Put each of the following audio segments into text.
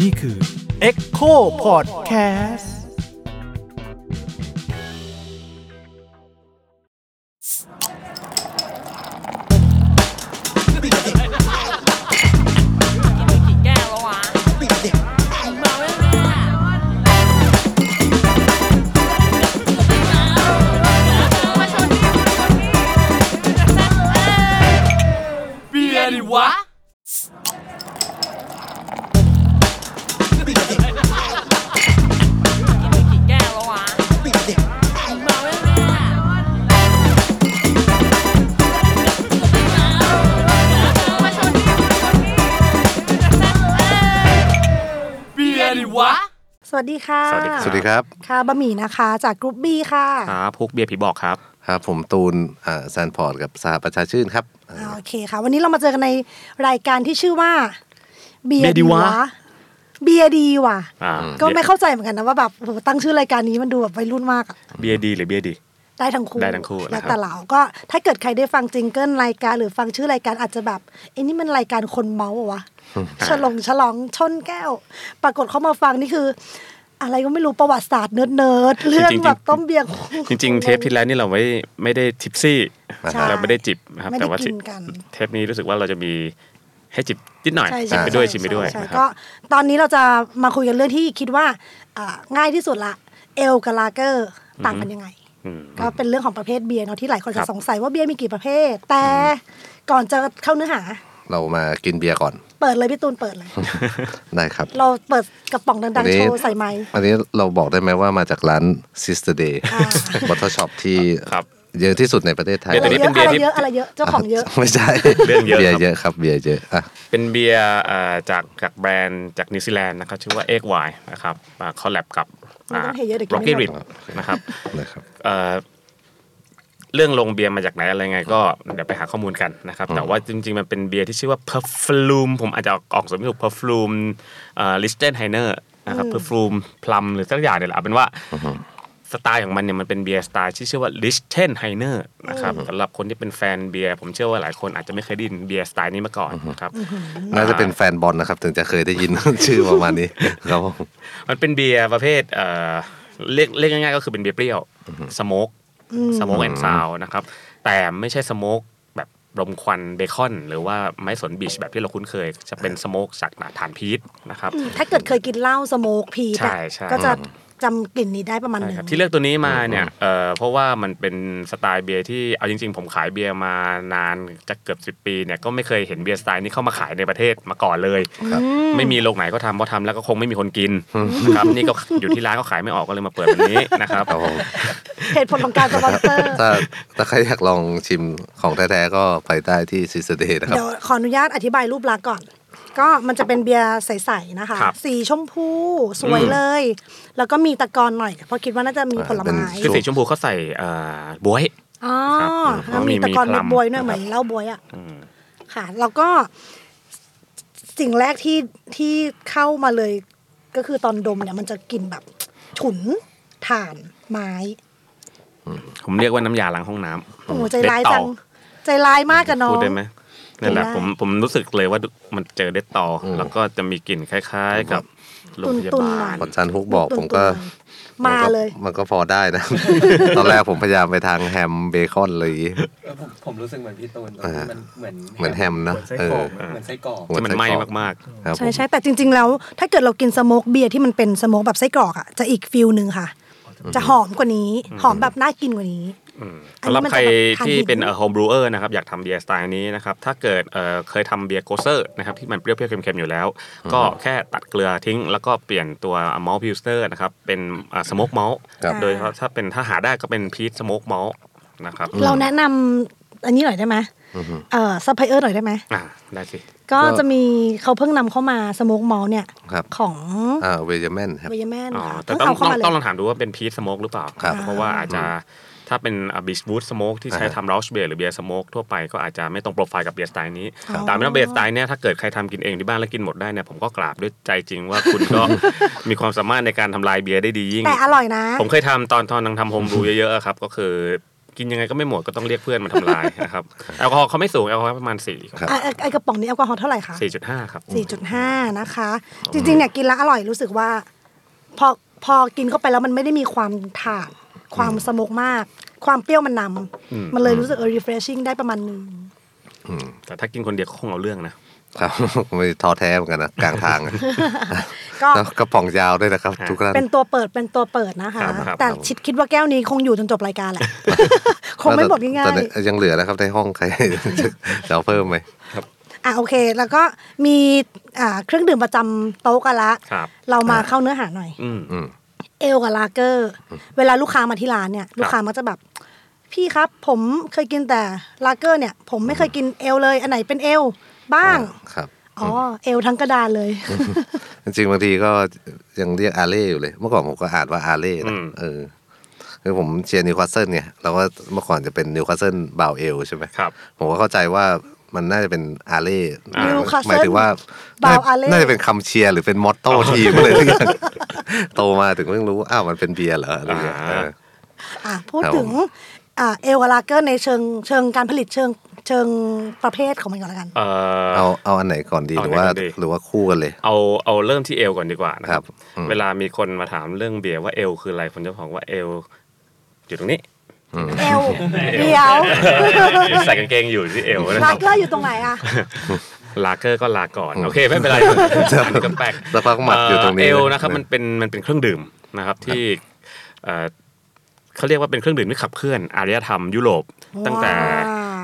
นี่คือ Echo Podcast กี่แก้วแล้ววะเมาแล้วเนี่ยมาชนนี่มาชนนี่เบียร์ดิวะ กี่แก้วแล้ววะเมาแล้วเนี่ยมาชนนี่มาชนนี่เบียร์ดิวะ สวัสดีค่ะ สวัสดี บ อ่า สวัสดีครับ ค่ะบะหมี่นะคะ จากกรุ๊ปบี้ค่ะ ครับพวกเบียร์ผีบอกครับ ครับผมตูนอ่าแซนพอร์ตกับสหประชาชื่นครับ อ่าโอเคค่ะ วันนี้เรามาเจอกันในรายการที่ชื่อว่า เบีย เบียร์ดีวะ เบียร์ดีว่ะ อ่า ก็ไม่เข้าใจเหมือนกันนะว่าแบบโอ้โหตั้งชื่อรายการนี้มันดูแบบวัยรุ่นมากอะ เบียร์ดีหรือเบียร์ดี ได้ทั้งคู่ ได้ทั้งคู่ และ นะครับ แต่เราก็ถ้าเกิดใครได้ฟังจิงเกิลรายการหรือฟังชื่อรายการอาจจะแบบไอ้นี่มันรายการคนเมาเหรอ วะฉลองฉลองชนแก้ว ปรากฏเขามาฟังนี่คือ อะไรก็ไม่รู้ประวัติศาสตร์เนิร์ดๆเรื่องแบบต้มเบียร์ จริง ๆ เทปที่แล้วนี่เราไม่ไม่ได้ทิปซี่ ใช่ เราไม่ได้จิบนะครับ ไม่ได้ แต่ว่า กินกัน เทปนี้รู้สึกว่าเราจะมีให้จิบนิดหน่อย ใช่ จิ ใช่ บไปด้วย ใ จิบไปด้วย ใช่ นะค ก็ รับ ตอนนี้เราจะมาคุยกันเรื่องที่คิดว่าอ่าง่ายที่สุดละเอลกับลาเกอร์ต่างกันยังไง อืม ก็เป็นเรื่องของประเภทเบียร์เนาะที่หลายคน ครั จะ บ สงสัยว่าเบียร์มีกี่ประเภท แต่ก่อนจะเข้าเนื้อหา เรามากินเบียร์ก่อน เปิดเลยพี่ตูนเปิดเลย ได้ครับ เราเปิดกระป๋องดังๆ โชว์ใส่ไม้ อันนี้เราบอกได้ไหมว่ามาจากร้าน Sister Day อ่า Bottle Shop ที่ ครับ เยอะที่สุดในประเทศไทย เดี๋ อะ แต่ ไร ยว นี้ เย เป็น อะ เบียร์ที่อะไรเยอะอะไรเยอะเจ้าของเยอะ ไม่ใช่ เรื่องเยอะ บียร์เยอะครับเบียร์เยอะอ่ะ เป็นเบียร์อ่าจากจากแบรนด์จากนิวซีแลนด์นะครับชื่อว่าเอ็กไวนะครับคอลแลบกับ ไม่ต้องเทเยอะเดี๋ยวกิน ร็อกกี้ ไม่ ริ หมด นะครับ นะครับ เอ่อเรื่องลงเบียร์มาจากไหนอะไรไง ก็เดี๋ยวไปหาข้อมูลกันนะครับ แต่ว่าจริง ๆ มันเป็นเบียร์ที่ชื่อว่า Perflume ผมอาจจะออกออกสำเนียงถูก Perflume เอ่อ Lichtenhainer นะครับ Perflume Plum หรือสักอย่างเนี่ยแหละเอาเป็นว่าสไตล์ของมันเนี่ยมันเป็นเบียร์สไตล์ที่ชื่อว่า Lichtenhainer นะครับสำหรับคนที่เป็นแฟนเบียร์ผมเชื่อว่าหลายคนอาจจะไม่เคยได้ยินเบียร์สไตล์นี้มาก่อนนะครับ น่าจะเป็นแฟนบอลนะครับ ถึงจะเคยได้ยิน ชื่อประมาณนี้ครับผม มันเป็นเบียร์ประเภทเอ่อเรียกเรียกง่ายๆก็คือเป็นเบียร์เปรี้ยวสโมกสโมกแอนซาวนะครับ แต่ไม่ใช่สโมกแบบรมควันเบคอน หรือว่าไม้สนบีชแบบที่เราคุ้นเคย จะเป็นสโมกจากหนาฐานพีทนะครับ ถ้าเกิดเคยกินเหล้าสโมกพีท ใช่ อะ ใช่ ก็จะจำกลิ่นนี้ได้ประมาณหนึ่ง นะครับที่เลือกตัวนี้มาเนี่ยเอ่อเพราะว่ามันเป็นสไตล์เบียร์ที่เอาจริง ๆ ผมขายเบียร์มานานจะเกือบ10 ปีเนี่ยก็ไม่เคยเห็นเบียร์สไตล์นี้เข้ามาขายในประเทศมาก่อนเลยครับไม่มีโรงไหนก็ทำเพราะทำแล้วก็คงไม่มีคนกินนะครับนี่ก็อยู่ที่ร้านก็ขายไม่ออกก็เลยมาเปิดแบบนี้นะครับ ครับผม เหตุผลของการสปอนเซอร์ ถ้าถ้าใครอยากลองชิมของแท้ๆก็ไปได้ที่ Sister Day นะครับ เดี๋ยวขออนุญาตอธิบายรูปลักษณ์ก่อน ก็มันจะเป็นเบียร์ใสๆนะคะ ครับ สีชมพูสวยเลย แล้วก็มีตะกอนหน่อย เพราะคิดว่าน่าจะมีผล เป็น ไม้ ช่วง คือสีชมพูเขาใส่เอ่อบ๊วย อ๋อ ครับ แล้วมีตะกอน มีมี ลูกบวยด้วพลัมยเหมือนเหล้าบวยอ่ะ อืม ค่ะ แล้วก็สิ่งแรกที่ที่เข้ามาเลย ก็คือตอนดมเนี่ยมันจะกลิ่นแบบฉุนถ่านไม้ ผมเรียกว่าน้ำยาล้างห้องน้ำ โอ้โหใจ เด็ด ร้าย ต่อ จัง ใจร้ายมากกับน้อ พูด ง ได้ไหมนั่นแหละ ได้ ผมผมรู้สึกเลยว่ามันเจอเด็ดต่ออแล้วก็จะมีกลิ่นคล้าย ๆ กับโรงพยาบาล พอจันฮุกบอกผมก็ มาเลย มันก็พอได้ นะ ตอนแรกผมพยายามไปทางแฮมเบคอนอะไรอย่างงี้ เออผมผมรู้สึกเหมือนพี่ตูนตรงที่มันเหมือน เหมือนแฮมนะ เหมือนไส้กรอก เออ เหมือนไส้กรอก ที่มันไหม้มาก ครับผม ใช่ใช่แต่จริง ๆ แล้ว ถ้าเกิดเรากินสโมกเบียร์ที่มันเป็นสโมกแบบไส้กรอกอ่ะจะอีกฟิลหนึ่งค่ะ จะหอมกว่านี้หอมแบบน่ากินกว่านี้ ๆอืม อันสำนี้หรับ มันจะ ใครที่เป็น แบบทานหิน โฮมบรูเออร์นะครับอยากทำเบียร์สไตล์นี้นะครับ ถ้าเกิดเอ่อเคยทำเบียร์โกเซอร์นะครับที่มันเปรี้ยวๆเค็มๆอยู่แล้ว ก็แค่ตัดเกลือทิ้ง แล้วก็เปลี่ยนตัวมอลพิวสเตอร์นะครับเป็นสโมกมอล ครับ โดยเฉพาะถ้าเป็นถ้าหาได้ก็เป็นพีทสโมกมอลนะครับ เราแนะนำอันนี้หน่อยได้ไหมเอ่อซัพพลายเออร์หน่อยได้ไหม อ่ะได้สิ ก็ ก็ จะมีเขาเพิ่งนำเข้ามาสโมกมอลเนี่ย ครับ ของ อ่าเวเจอร์แมนครับ เวียแมน อ๋อ ค่ะ แต่ เพิ่ง ต้อง เอาต้องเข้ามาเล ต้องลอง ย ถามดูว่าเป็นพีชสโมกหรือเปล่า ครับ เพราะว่าอาจจะถ้าเป็นบิชวูดสโมกที่ใช้ทำ u อ h เบียร์หรือเบียร์สโมกทั่วไปก็อาจจะไม่ตรงโปรไฟล์กับเบียร์สไตล์นี้ ครับ แต่ไม่ต้องเบียร์สไตล์เนี่ยถ้าเกิดใครทำกินเองที่บ้านแล้วกินหมดได้เนี่ยผมก็กราบด้วยใจจริงว่า คุณก็ มีความสามารถในการทำลายเบียร์ได้ดียิ่ง แต่อร่อยนะ ผมเคยทำตอนตอนนังทำโฮมบรูเยอะๆอะครับ ก็คือ กินยังไงก็ไม่หมดก็ต้องเรียกเพื่อนมาทำลาย นะครับแอลกอฮอล์เขาไม่สูงแอลกอฮอล์ประมาณสี่ ครับ อ่ะไอ้ไอกระป๋องนี้แอลกอฮอล์เท่าไหร่คะ สี่จุดห้าครับ 4.5 นะคะ จริงๆเนี่ยกินแล้วอร่อยรู้สึกว่า พอพอกินเข้าไปแล้วมันไม่ได้มีความถ่าน ความสโมกมาก ความเปรี้ยวมันน อืม ำมันเลยรู้สึกเออ refreshing ได้ประมาณหนึง แต่ถ้ากินคนเดียวก็คงเอาเรื่องนะครับ ไม่ท้อแท้เหมือนกันนะกลางทางอะ ก็ แล้วกระป๋องยาวด้วยนะครับ ทุกท่าน เป็นตัวเปิดเป็นตัวเปิดนะคะ ครับ แต่ชิดคิดว่าแก้วนี้คงอยู่จนจบรายการแหละ คงไม่หมดง่า แต่ ยๆ ยังเหลือนะครับในห้องใคร จะจะเอาเพิ่มไหม อ่ะโอเค แล้วก็มีอ่าเครื่องดื่มประจำโต๊ะกันละ ครับ เรามาเข้าเนื้อหาหน่อย อืม อืม เอลกับลาเกอร์ เวลาลูกค้ามาที่ร้านเนี่ย ลูกค้ามักจะแบบ พี่ครับผมเคยกินแต่ลาเกอร์เนี่ย ผมไม่เคยกินเอลเลย อันไหนเป็นเอลบ้าง ครับ อ๋อเอลทั้งกระดานเลย จริงๆบางทีก็ยังเรียกอาเล่อยู่เลย เมื่อก่อนผมก็อ่านว่าอาเล่ อื นะ ม เออคือผมเชียร์นิวคาสเซิลเนี่ยเราก็เมื่อก่อนจะเป็นนิวคาสเซิลบาวเอลใช่ไหม ครับ ผมก็เข้าใจว่ามันน่าจะเป็นอาเล่ อ่า หมายถึงว่า Bow Alley น่าจะเป็นคำเชียร์หรือเป็นมอตโต้ทีมอะไรทุกอย่าง โตมาถึงเพิ่งรู้ว่าอ้าวมันเป็นเบียร์เหรออะไรอย่างเงี้ยเออ อ่ะพูด ครับ ถึผงม อ่าเอลกับลาเกอร์ในเชิงเชิงการผลิตเชิงเชิงประเภทของมันก่อนละกัน เอ่อ เอาเอาอันไหนก่อนดีห เอา รือ ไหน ว่า ก่อนดี หรือว่าคู่กันเลย เอาเอาเริ่มที่เอลก่อนดีกว่านะคครัรับ บอืม เวลามีคนมาถามเรื่องเบียร์ว่าเอลคืออะไรผมจะบอกว่าเอลอยู่ตรงนี้ เอลเดียว ใส่กางเกงอยู่ที่เอวนะค ลา รับ เกอร์อยู่ตรงไหนอ่ะ ลาเกอร์ก็ลาก่อน โอเคไม่เป็นไรอันนี้ก็แปลก สักพักหมัดอยู่ตรงนี้ เอลนะครับ เ มันเป็นมันเป็นเครื่องดื่มนะครับที่เอ่อเขาเรียกว่าเป็นเครื่องดื่มที่ขับเคลื่อนอารยธรรมยุโรปตั้งแต่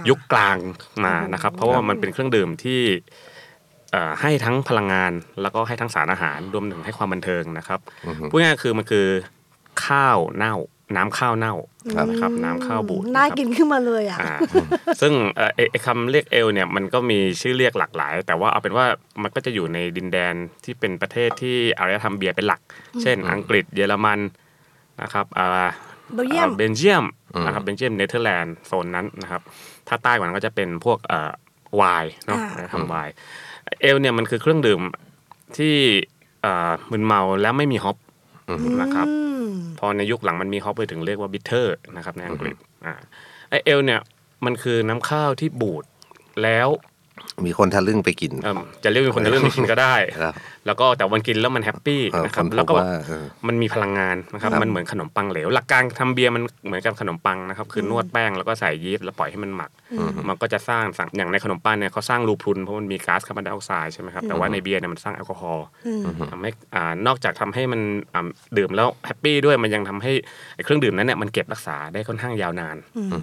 ยุคกลางมานะครับ เพราะว่ามันเป็นเครื่องดื่มที่เอ่อให้ทั้งพลังงานแล้วก็ให้ทั้งสารอาหารรวมถึงให้ความบันเทิงนะครับ อือฮึ พูดง่ายๆคือมันคือข้าวเน่า น้ำข้าวเน่า ครับ นะครับน้ำข้าวบูด น่า ะครับ กินขึ้นมาเลยอ่ะ อ่าซึ่งเอ่อไอ้ไอ้คำเรียกเอลเนี่ยมันก็มีชื่อเรียกหลากหลาย แต่ว่าเอาเป็นว่ามันก็จะอยู่ในดินแดนที่เป็นประเทศที่อารยธรรมเบียร์เป็นหลัก เช่น อังกฤษเยอรมันนะครับอ่า เบลเยียม อ่าเบนเยียมนะครับเบนเยียมเนเธอร์แลนด์โซนนั้นนะครับถ้าใต้กว่านั้นก็จะเป็นพวกเอ่อไวน์เนาะ อ่า ทำไวน์เอลเนี่ยมันคือเครื่องดื่มที่เอ่อมึนเมาแล้วไม่มีฮอปนะครับ อืม พอในยุคหลังมันมีฮอปไปถึงเรียกว่าบิทเทอร์นะครับในอังกฤษอ่าไอเอลเนี่ยมันคือน้ำข้าวที่บูดแล้ว มีคนทะลึ่งไปกิน เอิ่มจะเรียกเป็นคนจะเรื่องไปกินก็ได้ ครับ แล้วก็แต่วันกินแล้วมันแฮปปี้ เออ นะค ค รั น บ พ แล้ว บ ก็ ว่าเออ มันมีพลังงานนะครับ ครับ มันเหมือนขนมปังเหลว หลักการทำเบียร์มันเหมือนกับขนมปังนะครับคือนวดแป้งแล้วก็ใส่ยีสต์แล้วปล่อยให้มันหมัก มันก็จะสร้างสารอย่างในขนมปังเนี่ยเขาสร้างรูพรุนเพราะมันมีก๊าซคาร์บอนไดออกไซด์ใช่ไหมครับแต่ว่าในเบียร์เนี่ยมันสร้างแอลกอฮอล์ทำให้อ่านอกจากทำให้มันอ่าดื่มแล้วแฮปปี้ด้วยมันยังทำให้ไอ้เครื่องดื่มนั้นเนี่ยมันเก็บรักษาได้ค่อนข้างยาวนาน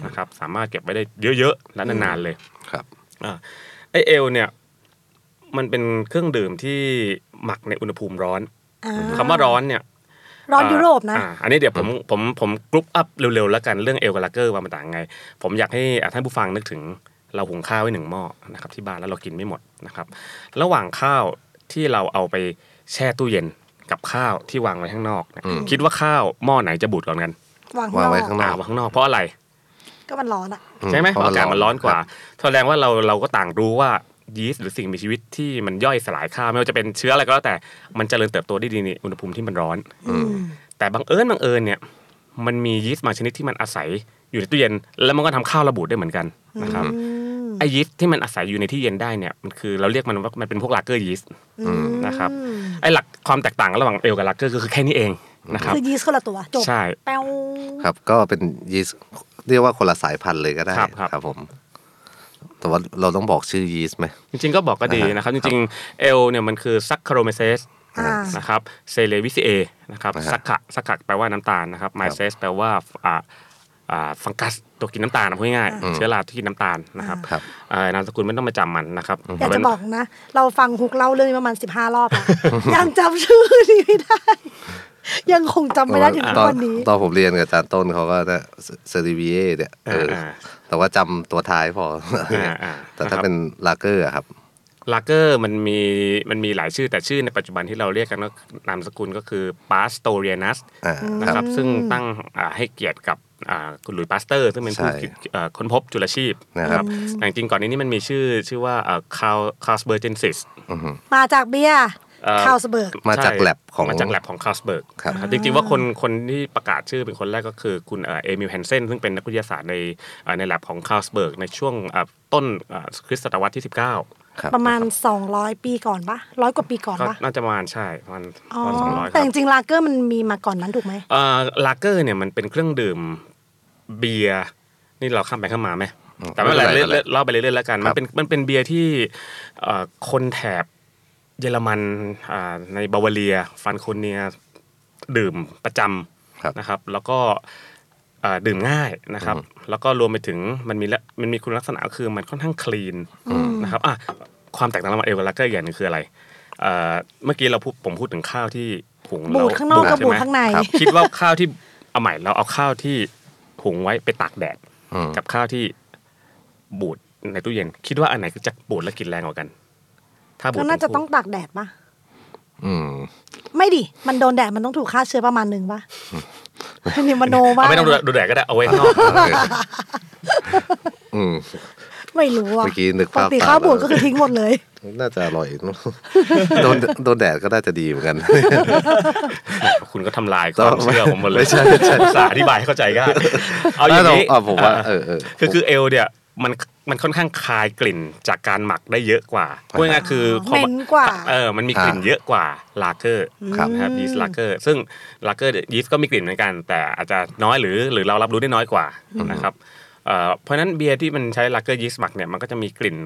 นะครับสามารถเก็บไว้ได้เยอะๆและนานๆเลย ครับ ไอเอลเนี่ยมันเป็นเครื่องดื่มที่หมักในอุณหภูมิร้อน อ่า คำว่าร้อนเนี่ย ร้อนยุโรปนะ อ่าอันนี้เดี๋ยวผมผมผมกรุ๊ปอัพเร็วๆแล้วกันเรื่องเอลกับลาเกอร์ว่ามันต่างไง ผมอยากให้อ่ะท่านผู้ฟังนึกถึงเราหุงข้าวไว้หนึ่งหม้อนะครับที่บ้านแล้วเรากินไม่หมดนะครับ ระหว่างข้าวที่เราเอาไปแช่ตู้เย็นกับข้าวที่วางไว้ข้างนอกเนี่ยคิดว่าข้าวหม้อไหนจะบูดก่อนกัน วาง วางไว้ ข้า ข้างงนนอกอ่า อก วางข้างนอกเพราะอะไร ก็มันร้อนอ่ะ ใช่ไหม เพะ อากาศมันร้อนกว่า คบ แสดงว่าเราเราก็ต่างรู้ว่ายีสต์หรือสิ่งมีชีวิตที่มันย่อยสลายข้าวไม่ว่าจะเป็นเชื้ออะไรก็แล้วแต่มันเจริญเติบโตได้ดีในอุณหภูมิที่มันร้อน แต่บังเอิญบังเอิญเนี่ยมันมียีสต์บางชนิดที่มันอาศัยอยู่ในตู้เย็น แล้วมันก็ทำข้าวระบูดได้เหมือนกันนะครับไอยีสต์ที่มันอาศัยอยู่ในที่เย็นได้เนี่ยมันคือเราเรียกมันว่ามันเป็นพวกลาเกอร์ยีสต์นะครับไอหลักความแตกต่างระหว่างเอลกับลาเกอร์ก็คือแค่นี้เองนะครับ คือยีสต์คนละตัวจบ ใช่ แป้ว ครับก็เป็นยีสต์เรียกว่าคนละสายพันธุ์เลยก็ได้ ครับครับ ผม แต่ว่าเราต้องบอกชื่อยีสต์ไหม จริงๆก็บอกก็ดีนะครับ จ อ่าฮะ ริงๆเอลเนี่ยมันคือซักคาโรเมเซส อ่าน นะครับเซเลวิซิเอนะครับ อ่าฮะ ซักขะซักขะแปลว่าน้ำตาลนะครับไมเซสแปลว่าอ่าอ่าฟังกัสตัวกินน้ำตาลนะพูดง่ายๆเชื้อราที่กินน้ำตาลนะครับ ครับ เอ่อนามสกุลไม่ต้องมาจำมันนะครับ อยากจะบอกนะ เราฟังฮุกเล่าเรื่องนี้ประมาณสิบห้ารอบอะยังจำชื่อนี้ไม่ได้ ยังคงจำไม่ได้ถึงตทุก อน วันนี้ ตอนผมเรียนกับอาจารย์ต้นเขาก็จะเซริวีเอเนี่ยเอออา แต่ว่าจำตัวท้ายพออา อ่า แต่ถ้า ครับ เป็นลาเกอร์อะครับ ลาเกอร์มันมีมันมีหลายชื่อแต่ชื่อในปัจจุบันที่เราเรียกกันก็นามสกุลก็คือปาสโตเรียนัส อ่า นะ ค ค รั รับ บซึ่งตั้งอ่าให้เกียรติกับอ่าคุณหลุยส์ปาสเตอร์ ซึ่งเป็นผู้ ใช่ คิดเอ่อค้นพบจุลชีพ นะครับ แต่จริงๆก่อนนี้นี่มันมีชื่อชื่อว่าคาคาสเบอร์เจนซิส มาจากเบียร์ เอ่อ คาวสเบิร์ก มาจาก ใช่ แลบของ มาจากแลบของคาสเบิร์ก ครับ นะครับจริงๆว่าคนคนที่ประกาศชื่อเป็นคนแรกก็คือคุณเอ่อเอมิลแฮนเซนซึ่งเป็นนักวิทยาศาสตร์ในเอ่อในแลบของคาสเบิร์กในช่วงอ่ะต้นอ่ะคริสตศตวรรษที่ 19 ครับ ประมาณ 200 ปีก่อนปะร้อยกว่าปีก่อน ก็ ปะ น่าจะประมาณใช่ประมาณ อ๋อ ประมาณสองร้อยค แต่ รับ จริงๆลาเกอร์มันมีมาก่อนนั้นถูกไหม เอ่อลาเกอร์เนี่ยมันเป็นเครื่องดื่มเบียร์นี่เราข้ามไปข้ามมาไหม อืม แต่ไม่เป็นไร ไม่เป็นไร เล่าเล่าไปเรื่อยๆแล้วกัน ค มั รับนเป็นมันเป็นเบียร์ที่เอ่อคนแถบเยอรมันอ่าในบาวาเรียฟันโคเนียดื่มประจำ ครับ นะครับแล้วก็เอ่อดื่มง่ายนะครับ แล้วก็รวมไปถึงมันมีละมันมีคุณลักษณะคือมันค่อนข้างคลีนนะครับอ่ะความแตกต่างระหว่างเอลกับลักเกอร์อย่างหนึงคืออะไรเอ่อเมื่อกี้เราพูดผมพูดถึงข้าวที่หุง บูด แล้ว ข้างนอกกับ ใช่ไหม บูดข้างใน ครับคิดว่าข้าวที่เอาใหม่เราเอาข้าวที่หุงไว้ไปตากแดด อืม กับข้าวที่บูดในตู้เย็น คิดว่าอันไหนจะบูดและกลินแรงกว่ากัน ถ้าบูด ก็ ทั้ น่าจะ คู่ ต้องตากแดดปะ อื ม ไม่ดิ มันโดนแดดมันต้องถูกฆ่าเชื้อประมาณหนึ่งปะนี่มโนว่า เอาไม่ต้องดูแดดก็ได้เอาไว้ข้างนอก โอเคอืม ไม่รู้อ่ะ เมื่อกี้นึก ป ภาพ กติ ตาม ข้าวบูดก็คือทิ้งหมดเลย น่าจะอร่อย เนอะโดนโดนแดดก็น่าจะดีเหมือนกัน คุณก็ทำลายความเชื่อผมหมดเลย ไม่ใช่ไม่ใช่ อุตสาห์อธิบายให้เข้าใจง่ายเอาอย่างนี้ เอ่ะผมว่าเออเออ คือคือเอลเนี่ยมันมันค่อนข้างคายกลิ่นจากการหมักได้เยอะกว่าพูดง่ายๆคือ เหม็นกว่า เออมันมีกลิ่นเยอะกว่าลาเกอร์ ครับ นะครับยีสต์ลาเกอร์ซึ่งลาเกอร์ยีสต์ก็มีกลิ่นเหมือนกัน แต่อาจจะน้อยหรือหรือเรารับรู้ได้น้อยกว่านะครับเอ่อเพราะฉะนั้นเบียร์ที่มันใช้ลาเกอร์ยีสต์หมักเนี่ยมันก็จะมีกลิ่น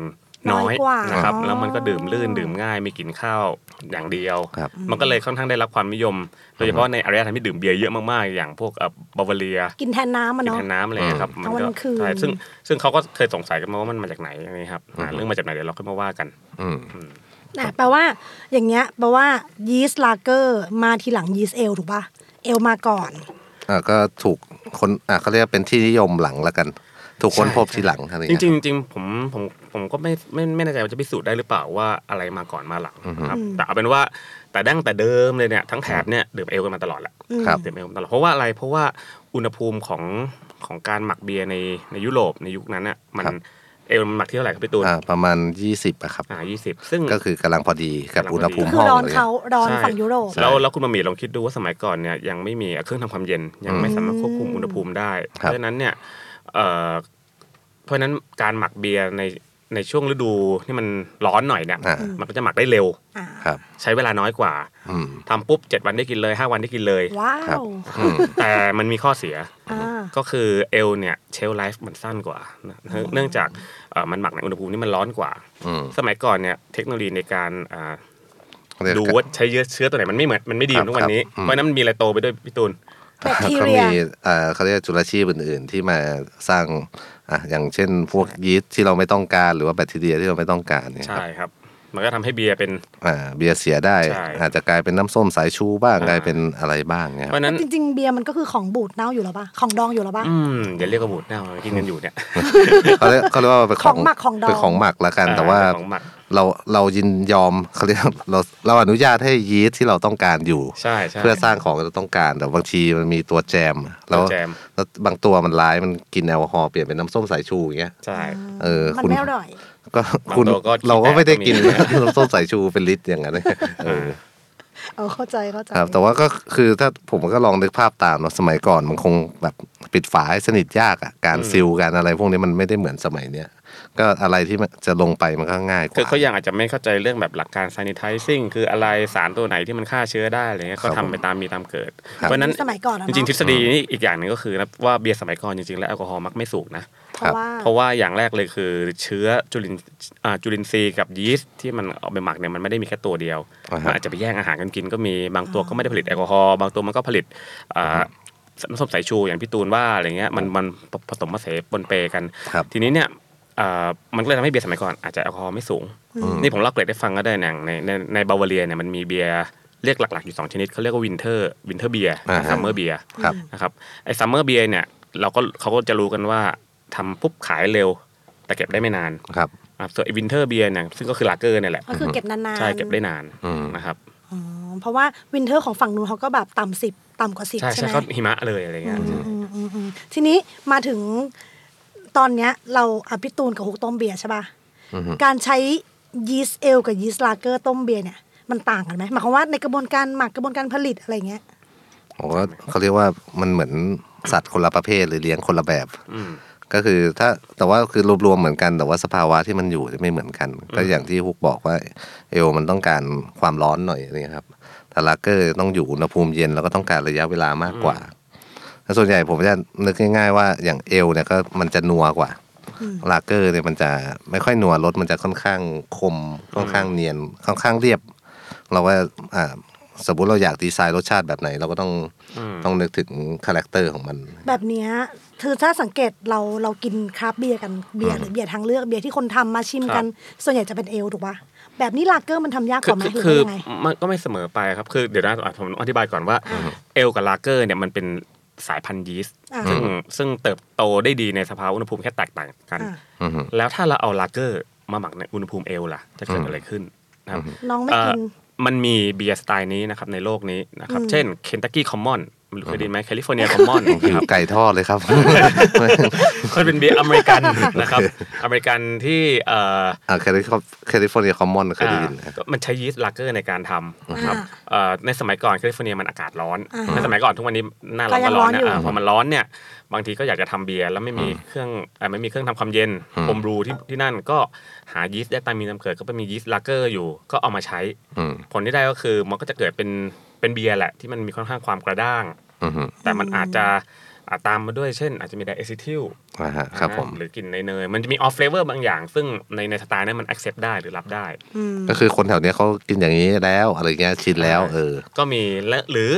น้อย น้อยกว่า นะครับ อ๋อ แล้วมันก็ดื่มลื่นดื่มง่ายมีกลิ่นข้าวอย่างเดียว ครับ มันก็เลยค่อนข้างได้รับความนิยมโดยเฉพาะในอารยธรรมที่ดื่มเบียร์เยอะมากๆอย่างพวกเอ่อบาวาเรีย กินแทนน้ำอะ กิน เนาะ แทนน้ำอะไรอย่างเงี้ยครับ เอาวันกลางคืน ใช่ซึ่งซึ่งเขาก็เคยสงสัยกันมาว่ามันมาจากไหนอย่างนี้ครับอ่าเรื่องมาจากไหนเดี๋ยวเราค่อยมาว่ากัน อืม นะแปลว่าอย่างเงี้ยแปลว่ายีสต์ลาเกอร์มาทีหลังยีสต์เอลถูกปะเอลมาก่อน อ่าก็ถูกคนอ่าเขาเรียกว่าเป็นที่นิยมหลังละกัน ถูกค้นพบทีหลังอะไร จ เงี้ย ริงๆจริงๆผมผมผมก็ไม่ไม่ไม่แน่ใจว่าจะพิสูจน์ได้หรือเปล่าว่าอะไรมาก่อนมาหลังนะครับแต่เอาเป็นว่าแต่ดั้งแต่เดิมเลยเนี่ยทั้งแถบเนี่ยดื่มเอลกันมาตลอดแหละ ครับ ดื่มเอลกันตลอดเพราะว่าอะไรเพราะว่าอุณหภูมิของของการหมักเบียร์ในในยุโรปในยุคนั้นอ่ะมันเอลมันหมักที่เท่าไหร่ครับพี่ตูน อ่าประมาณ 20อะครับ อ่ายี่สิบซึ่ง ก็คือกำลังพอดีกับ กำลังพอดี อุณหภูมิ คือ ห้อง ร้อน อะไรเงี้ เขา ย ร้อน ใช่ ฝั่งยุโรป แล้วแล้วคุณมามีลองคิดดูว่าสมัยก่อนเนี่ยยังไม่มีเครื่องทำความเย็นยังไม่สามารถควบคุมอุณหภูมิได้ ค เพ รับ ราะฉะนั้นเนี่ยเอ่อเพราะฉะนั้นการหมักเบียร์ในในช่วงฤดูที่มันร้อนหน่อยเนี่ย อ่า มันก็จะหมักได้เร็ว อ่า ครับ ใช้เวลาน้อยกว่า อืม ทำปุ๊บเจ็ดวันได้กินเลยห้าวันได้กิน เลย ว้า ครับ ว อืม แต่มันมีข้อเสีย อ่า ก็คือเอลเนี่ยเชลไลฟ์มันสั้นกว่านะเนื่องจากเอ่อมันหมักในอุณหภูมิที่มันร้อนกว่า อืม สมัยก่อนเนี่ยเทคโนโลยีในการอ่า เรียก ดูว่าใช้เยอะเชื้อตัวไหนมันไม่เหมือนมันไม่ดีเหมือนทุกวันนี้ ครับ เพราะฉะนั้นมันมีอะไรโตไปด้วยพี่ตูน แบคที เขา เรีย มีเอ่อเขาเรียกจุลชีพอื่น ๆ ที่มาสร้างอ่ะอย่างเช่น พวกยีสต์ที่เราไม่ต้องการหรือว่าแบคทีเรียที่เราไม่ต้องการเนี่ยค ใช่ รับ ครับ มันก็ทำให้เบียร์เป็น อ่าเบียร์เสียได้ ใช่ อาจจะกลายเป็นน้ำส้มสายชูบ้าง อ่า กลายเป็นอะไรบ้างเนี่ย เพ ครับ ราะฉะนั้น จริงๆ เบียร์มันก็คือของบูดเน่าอยู่แล้วปะของดองอยู่แล้วปะ อืมอย่าเรียกว่าบูดเน่ามันกินกันอยู่เนี่ย เขาเรียกเขาเรียกว่าเป็นของ ของหมักของดอง เป็นของหมักละกัน อ่า แต่ว่า ของหมัก เราเรายินยอมเขาเรียกเราเราอนุญาตให้ยีสต์ที่เราต้องการอยู่ ใช่ใช่ เพื่อสร้างของที่เราต้องการแต่บางทีมันมีตัวแจมแล้ว ตัวแจม แล้วบางตัวมันร้ายมันกินแอลกอฮอล์เปลี่ยนเป็นน้ำส้มสายชูอย่างเงี้ย ใช่ เออ มัน คุณ ไม่อร่อย ก็ บาง คุณ ตัวก็กิน เราก็ไม่ได้กิน แต่ก็มี น้ำส้มสายชูเป็นลิตรอย่างนั้นเออ เออเข้าใจเข้าใจ ครับแต่ว่าก็คือถ้าผมก็ลองนึกภาพตามเนอะสมัยก่อนมันคงแบบปิดฝาให้สนิทยากอ่ะการซิลการอะไรพวกนี้มันไม่ได้เหมือนสมัยเนี้ยก็อะไรที่มันจะลงไปมันก็ง่ายกว่า คือเขายังอาจจะไม่เข้าใจเรื่องแบบหลักการ sanitizing คืออะไรสารตัวไหนที่มันฆ่าเชื้อได้อะไรเงี้ยเขา ครับผม ทำไปตามมีตามเกิด ครับ เพราะฉะนั้น สมัยก่อนอะเนอะ จริงๆทฤษฎีนี่อีกอย่างหนึ่งก็คือนะว่าเบียร์สมัยก่อนจริงๆแล้วแอลกอฮอล์มักไม่สูงนะ เพราะว่า เพราะว่าอย่างแรกเลยคือเชื้อจุลินอ่าจุลินทรีย์กับยีสต์ที่มันเอาไปหมักเนี่ยมันไม่ได้มีแค่ตัวเดียว อ่าฮะ มันอาจจะไปแย่งอาหารกันกินก็มีบางตัวก็ไม่ได้ผลิตแอลกอฮอล์บางตัวมันก็ผลิตอ่าน้ำส้มสายชูอย่างพี่ตูนว่าอะไรเงี้ยมันมันผสมผสานปนเปกัน ครับ ทีนี้เนี่ยอ่ามันก็เลยทำให้เบียร์สมัยก่อนอาจจะแอลกอฮอล์ไม่สูง นี่ผมเล่าเกรดได้ฟังก็ได้นะอย่างในในในบาวาเรียเนี่ยมันมีเบียร์เรียกหลักๆอยู่สองชนิดเขาเรียกว่าวินเทอร์วินเทอร์เบียร์ อ่าฮะ ซัมเมอร์เบีย ครับ นะครับไอ้ซัมเมอร์เบียร์เนี่ยเราก็เขาก็จะรู้กันว่าทำปุ๊บขายเร็ว แต่เก็บได้ไม่นาน ครับ นะครับส่วนไอ้วินเทอร์เบียร์เนี่ยซึ่งก็คือลาเกอร์เนี่ยแหละ ก็คือเก็บนานๆ ใช่เก็บได้นาน อืม นะครับ อ๋อเพราะว่าวินเทอร์ของฝั่งนู้นเขาก็แบบต่ำสิบต่ำกว่าสิบ ใช่ ใช่ ใช่ ไหม เขาหิมะเลยอะไรเงี้ย อืมอืมอืมทีนี้มาถึงตอนเนี้ยเราอภิตูนกับฮุกต้มเบียร์ใช่ป่ะ การใช้ยีสต์เอลกับยีสต์ลาเกอร์ต้มเบียร์เนี่ย มันต่างกันไหมหมายความว่าในกระบวนการหมักกระบวนการผลิตอะไรเงี้ย ผมว่าเขาเรียกว่ามันเหมือนสัตว์คนละประเภทหรือเลี้ยงคนละแบบ อืม ก็คือถ้าแต่ว่าคือรวมๆเหมือนกัน แต่ว่าสภาวะที่มันอยู่จะไม่เหมือนกัน ก็อย่างที่ฮุกบอกว่า เอลมันต้องการความร้อนหน่อยอะไรเงี้ยครับแต่ลากเกอร์ต้องอยู่อุณหภูมิเย็นแล้วก็ต้องการระยะเวลามากกว่าแล้วส่วนใหญ่ผมจะนึกง่ายๆว่าอย่างเอลเนี่ยก็มันจะนัวกว่าลากเกอร์เนี่ยมันจะไม่ค่อยนัวรสมันจะค่อนข้างคมค่อนข้างเนียนค่อนข้างเรียบ เราว่าอ่าสมมติเราอยากดีไซน์รสชาติแบบไหน เราก็ต้อง อืม ต้องนึกถึงคาแรคเตอร์ของมัน แบบเนี้ยคือถ้าสังเกตเราเรากินคราฟต์เบียร์กันเบียร์หรือเบียร์ทางเลือกเบียร์ที่คนทำมาชิมกัน ส่วนใหญ่จะเป็นเอลถูกปะแบบนี้ลากเกอร์มันทำยากก คือ ว่าไหม คือ หรือ คือว่ายังไง มันก็ไม่เสมอไปครับคือเดี๋ยวนะอ่ะผมอธิบายก่อนว่าเอลกับลาเกอร์เนี่ยมันเป็นสายพันธุ์ยีสต์ อ่า ซึ่งซึ่งเติบโตได้ดีในสภาวะอุณหภูมิแค่แตกต่างกัน อ่ะ อือฮึ แล้วถ้าเราเอาลาเกอร์มาหมักในอุณหภูมิเอลล่ะจะเกิดอะไรขึ้นนะครับ น้องไม่กิน เอ่อมันมีเบียร์สไตล์นี้นะครับในโลกนี้นะครับ เช่นเคนตักกี้คอมมอนเคยได้ยินไหมแคลิฟอร์เนียคอมมอน หิวไก่ทอดเลยครับ มันเป็นเบียร์อเมริกันนะครับ อเมริกันที่เอ่อ อ่าแคลิฟอร์แคลิฟอร์เนียคอมมอนเคยได้ยินนะ มันใช้ยีสต์ลากเกอร์ในการทำนะครับ อ่า เอ่อในสมัยก่อนแคลิฟอร์เนียมันอากาศร้อน อ่า ในสมัยก่อนทุกวันนี้หน้าร้อน ก็ยั ก็ ง ร้อนเนี่ยร้อนอยู่ อ่าพอมันร้อนเนี่ยบางทีก็อยากจะทำเบียร์แล้วไม่มีเครื่องเอ่อไม่มีเครื่องทำความเย็นโฮมบรูที่ที่นั่นก็หายีสต์ได้ตามมีน้ำเกิดก็ไปมียีสต์ลากเกอร์อยู่ก็เอามาใช้ อืม ผลที่ได้ก็คือมันก็จะเกิดเป็นเป็นเบียร์แหละที่มันมีค่อนข้างความกระด้าง อืม แต่มันอาจจะอ่ะตามมาด้วยเช่น อาจจะมีไดเอซิทิล อ่าฮะครับผม หรือกลิ่นในเนยๆมันจะมีออฟเฟลเวอร์บางอย่าง ซึ่งในในสไตล์นั้นมัน accept ได้หรือรับได้ อืม ก็คือคนแถวเนี้ยเขากินอย่างนี้แล้วอะไรเงี้ยชินแล้วเออ ก็มีและหรือ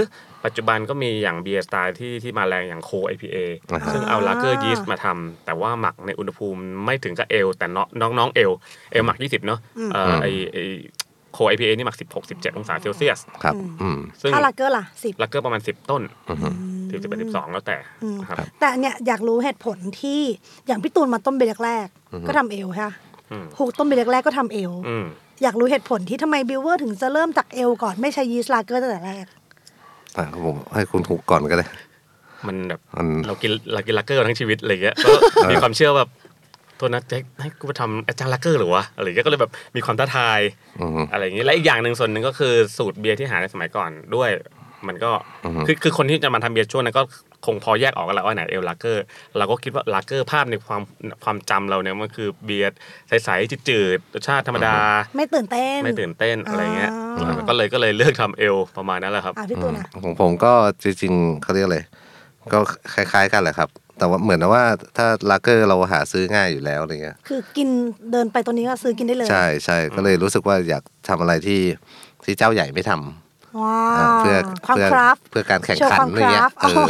ปัจจุบันก็มีอย่างเบียร์สไตล์ที่ที่มาแรงอย่างโค IPA อ่าฮะ ซึ่งเอาลาเกอร์ยีสต์มาทำแต่ว่าหมักในอุณหภูมิไม่ถึงกับเอล แต่น้องน้องๆเอลเอลหมัก 20 เนาะเอ่อไอไอโค IPA นี่หมัก 16 17 องศาเซลเซียส ครับ อืม ซึ่ง ถ้าลากเกอร์ล่ะสิบ ลาเกอร์ประมาณ 10 ต้นสิบสิบเอ็ดสิบสองแล้วแต่นะครับ แต่เนี่ยอยากรู้เหตุผลที่อย่างพี่ตูนมาต้มเบียร์แรกๆก็ทำเอลค่ะ อืม หูกต้มเบียร์แรกๆก็ทำเอล อืม อยากรู้เหตุผลที่ทำไมบิวเวอร์ถึงจะเริ่มจากเอลก่อนไม่ใช้ยีสต์ลากเกอร์ตั้งแต่แรก อ่ะผมให้คุณถูกก่อนก็ได้ มันแบบ มัน เรากินเรากินลักเกอร์ทั้งชีวิตอะไรเงี้ยก็มีความเชื่อแบบโทษนะจะให้กูไปทำอาจารย์ลักเกอร์เหรือวะอะไรเงี้ยก็เลยแบบมีความท้าทาย อืม อะไรอย่างงี้และอีกอย่างหนึ่งส่วนหนึ่งก็คือสูตรเบียร์ที่หาในสมัยก่อนด้วย มันก็คือคือคนที่จะมาทำเบียร์ช่วงนั้นก็คงพอแยกออกกันแล้วว่าไหนเอลลักเกอร์เราก็คิดว่าลักเกอร์ภาพในความความจำเราเนี่ยมันคือเบียร์ใสๆจืดๆรสชาติธรรมดา ไม่ตื่นเต้น ไม่ตื่นเต้นอะไรเงี้ย อ่า ก็เลยก็เลยเลือกทำเอลประมาณนั้นแหละครับ อ่ะพี่ตูนอ่ะ ของผมก็จริงๆเขาเรียกอะไรก็คล้ายๆกันแหละครับ แต่ว่าเหมือนว่าถ้าลากเกอร์เราหาซื้อง่ายอยู่แล้วอะไรเงี้ย คือกินเดินไปตัวนี้ก็ซื้อกินได้เลย ใช่ใช่ก็เลยรู้สึกว่าอยากทำอะไรที่ที่เจ้าใหญ่ไม่ทำ ว้า อ่ะ ว เพื่อ ความ เพื่อ คราฟต์ เพื่อการแข่ง โชว์ ขัน ความ อะไรเงี้ย craft เออ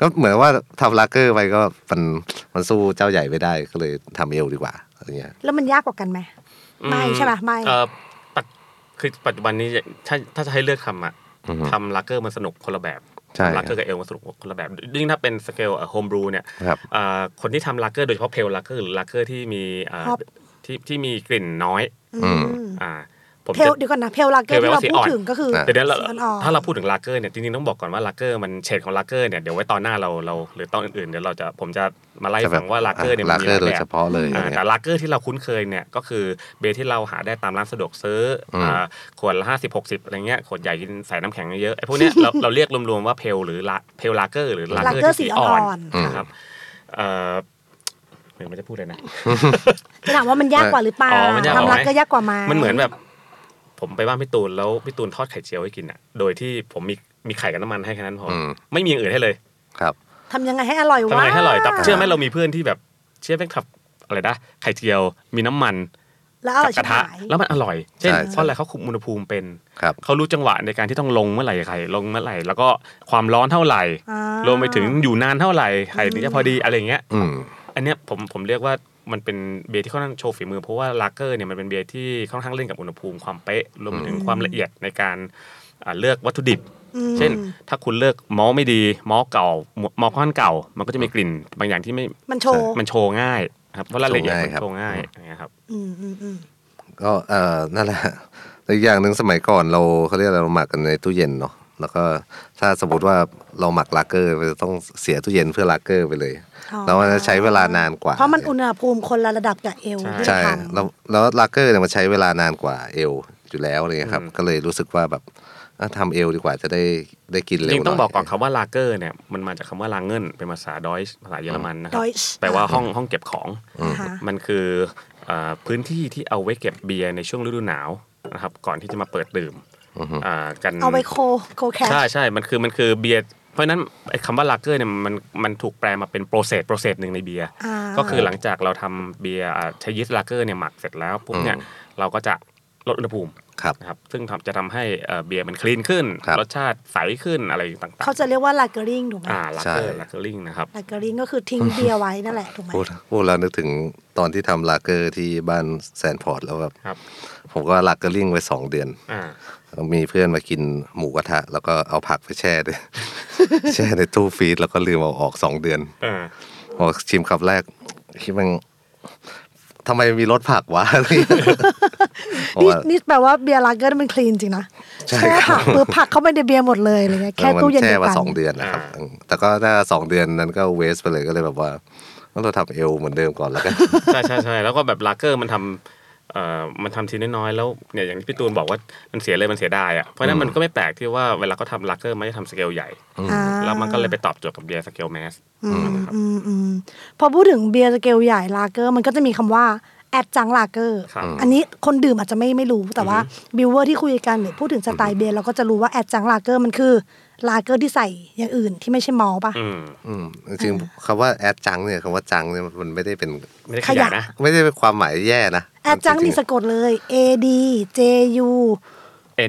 ก็เหมือนว่าทำลากเกอร์ไปก็มันมันสู้เจ้าใหญ่ไม่ได้ก็เลยทำเอลดีกว่าอะไรเงี้ย แล้วมันยากกว่ากันไหม ไม่ อื ใช่ปะไม่ เอ่อปัจคือปัจจุบันนี้ถ้าถ้าจะให้เลือกทำอะ อือฮึ ทำลักเกอร์มันสนุกคนละแบบ ใช่ ทำลักเกอร์กับเอลมันสนุกคนละแบบยิ่งถ้าเป็นสเกลโฮมบรูเนี่ย ครับ เอ่อคนที่ทำลักเกอร์โดยเฉพาะเพลลักเกอร์หรือลักเกอร์ที่มีเอ่อ ครับ ที่ที่มีกลิ่นน้อย อืม อ่าผม เพล จะ เดี๋ยวก่อนนะเพลลากเกอร์ เพล ที่เรา แปลว่าสี พูด อ่อน ถึงก็คือ เดี๋ยวนะเรา สีอ่อนๆ ถ้าเราพูดถึงลากเกอร์เนี่ยจริงๆต้องบอกก่อนว่าลากเกอร์มันเฉดของลากเกอร์เนี่ยเดี๋ยวไว้ตอนหน้าเราเราหรือตอนอื่นๆเดี๋ยวเราจะผมจะมาไล่ฟังว่าลากเกอร์เนี่ยมั ลาน มี เกอ หลา ร์ ย โดย แบ เฉ บ พาะเลย อ่า เนี่ย แต่ลากเกอร์ที่เราคุ้นเคยเนี่ยก็คือเบียร์ที่เราหาได้ตามร้านสะดวกซื้ออ ม อ่าขวดละห้าสิบหกสิบอะไรเงี้ยขวดใหญ่กินใส่น้ำแข็งเยอะๆไอ้พวกเนี้ยเราเราเรียกรวมๆว่าเพลหรือลาเพลลากเกอร์หรือลาก ลาก เกอ เกอ ร์ ร์สี ที่สี อ่ อ่ อ อน น นะครับเอ่อเหมือนไม่ได้พูดเลยนะ จะถามว่ามันยากกว่าหรือเปล่า อ๋อมันยากกว่าไหม ทำลากเกอร์ยากกว่าไหม มันเหมือนแบบ ผมไปบ้านพี่ตูนแล้วพี่ตูนทอดไข่เจียวให้กินอ่ะโดยที่ผมมีมีไข่กับน้ำมันให้แค่นั้นพออ ม ไม่มีอย่างอื่นให้เลย ครับ ทำยังไงให้อร่อย ทำ วะ ไมให้อร่อยแต่เชื่อไหมเรามีเพื่อนที่แบบเชื่อแม่งขับอะไรนะไข่เจียวมีน้ำมัน แล้วอร่อย ก ชิบ ระทะ หาย แล้วมันอร่อย เช่น ใช่ เพราะอะไรเขาคุมอุณหภูมิเป็น ครับ เขารู้จังหวะในการที่ต้องลงเมื่อไหร่ไข่ลงเมื่อไหร่ แล้วก็ความร้อนเท่าไหร่ อ่าร วมไปถึงอยู่นานเท่าไหร่ไข่ถึงจะพอดีอะไรอย่างเงี้ย อืม อันเนี้ยผมผมเรียกว่ามันเป็นเบียร์ที่ค่อนข้างโชว์ฝีมือเพราะว่าลากเกอร์เนี่ยมันเป็นเบียร์ที่ค่อนข้างเล่นกับอุณหภูมิความเป๊ะรวมไปถึงความละเอียดในการอ่าเลือกวัตถุดิบ อืม เช่น ถ้าคุณเลือกมอลต์ไม่ดีมอลต์เก่ามอลต์ค่อนข้างเก่า มันก็จะมีกลิ่น บางอย่างที่ไม่ มันโชว์ มันโชว์ง่ายครับเพราะรายละเอียดมัน โช โช ว์ ว์ ง่า ง่าย ย ครับ อย่างเงี้ยครับ อืมอืมอืม ก็เอ่อนั่นแหละแต่อีกอย่างหนึ่งสมัยก่อนเราเขาเรียกอะไรเราหมักกันในตู้เย็นเนาะแล้วก็ถ้าสมมติว่าเราหมักลากเกอร์เราจะต้องเสียตู้เย็นเพื่อลากเกอร์ไปเลย อ๋อ แล้วมันจะใช้เวลานานกว่า เพราะมันอุณหภูมิคนละระดับกับเอว ใช่ ที่ ใช่ เราท แล้วแล้วลากเกอร์เนี่ยมันใช้เวลานานกว่าเอล อยู่แล้วอะไรเงี้ยครับ อืม ก็เลยรู้สึกว่าแบบอ่ะทำเอลดีกว่าจะได้ได้กินเร็ว จริงต้อง หย บอกก่อนคำว่าลาเกอร์เนี่ยมันมาจากคำว่าลางเงินเป็นภาษาดอยภาษาเยอรมันนะครับ Deutsch แปลว่าห้องห้องเก็บของ อ่าฮะ มันคือเอ่อพื้นที่ที่เอาไว้เก็บเบียร์ในช่วงฤดูหนาวนะครับก่อนที่จะมาเปิดดื่มอ่ากัน เอาไว้โคโคแคช ใช่ใช่ มันคือมันคือเบียร์ เพราะฉะนั้นไอ้คำว่าลากเกอร์เนี่ยมันมันถูกแปลมาเป็นโปรเซสโปรเซสหนึ่งในเบียร์ อ่า ก็คือหลังจากเราทำเบียร์อ่าใช้ยีสต์ลากเกอร์เนี่ยหมักเสร็จแล้วปุ๊บเนี่ย อืม เราก็จะลดอุณหภูมิ ครับ นะครับ ซึ่งทำจะทำให้เอ่อเบียร์มันคลีนขึ้น ครับ รสชาติใสขึ้นอะไรต่าง เขาจะเรียกว่าลาเกอริงถูกไหม ๆ อ่าลากเกอร์ ใช่ ลากเกอร์ลิงนะครับ ลาเกอริงก็คือ ทิ้งเบียร์ไว้นั่นแหละถูกไหม พูดพูดแล้วนึกถึงตอนที่ทำลาเกอร์ที่บ้านแซนพอร์ตแล้วแบบ ครับ ผมก็ลาเกอร์ลิงไว้สองเดือน อ่า มีเพื่อนมากินหมูกระทะ แล้วก็เอาผักไปแช่ด้วย แช่ในตู้ฟรีซแล้วก็ลืมเอาออกสองเดือน อ่า พอชิมคำแรกคิดมันทำไมมีรสผักวะ อะไรเงี้ย เพราะ นี่ ว่า นี่แปลว่าเบียร์ลาเกอร์มันคลีนจริงนะ ใช่ แช่ ครับ ผักปือผักเข้าไปในเบียร์หมดเลยอะไรเงี้ยแค่ มั ตู้เย็น แช่ เดียว มา กัน สองเดือนนะครับ อ่า อืมแต่ก็ถ้าสองเดือนนั้นก็เวสไปเลยก็เลยแบบว่าเราทำเอลเหมือนเดิมก่อน แล้วกัน ใช่ใช่ใช่แล้วก็แบบลากเกอร์มันทำเอ่อมันทำทีน้อยๆแล้วเนี่ยอย่างที่พี่ตูนบอกว่ามันเสียเลยมันเสียดายอ่ะเพราะฉะนั้นมันก็ไม่แปลกที่ว่าเวลาเขาทำลากเกอร์มันจะทำสเกลใหญ่ อ่า แล้วมันก็เลยไปตอบโจทย์กับเบียร์สเกลแมส อืมอืมอืมพอพูดถึงเบียร์สเกลใหญ่ลาเกอร์มันก็จะมีคำว่าแอดจังลาเกอร์ ครับ อันนี้คนดื่มอาจจะไม่ไม่รู้แต่ว่าบิวเวอร์ที่คุยกันหรือพูดถึงสไตล์เบียร์เราก็จะรู้ว่าแอดจังลาเกอร์มันคือลาเกอร์ที่ใส่อย่างอื่นที่ไม่ใช่มอลต์ป่ะ อืม อืมจริงๆคำว่าแอดจังเนี่ยคำว่าจังเนี่ยมันไม่ได้เป็น ไม่ได้ ข ข ยะ ยะนะ ไม่ได้เป็นความหมายแย่นะ แอดจัง จริ มี งๆ สะกดเลย A D J U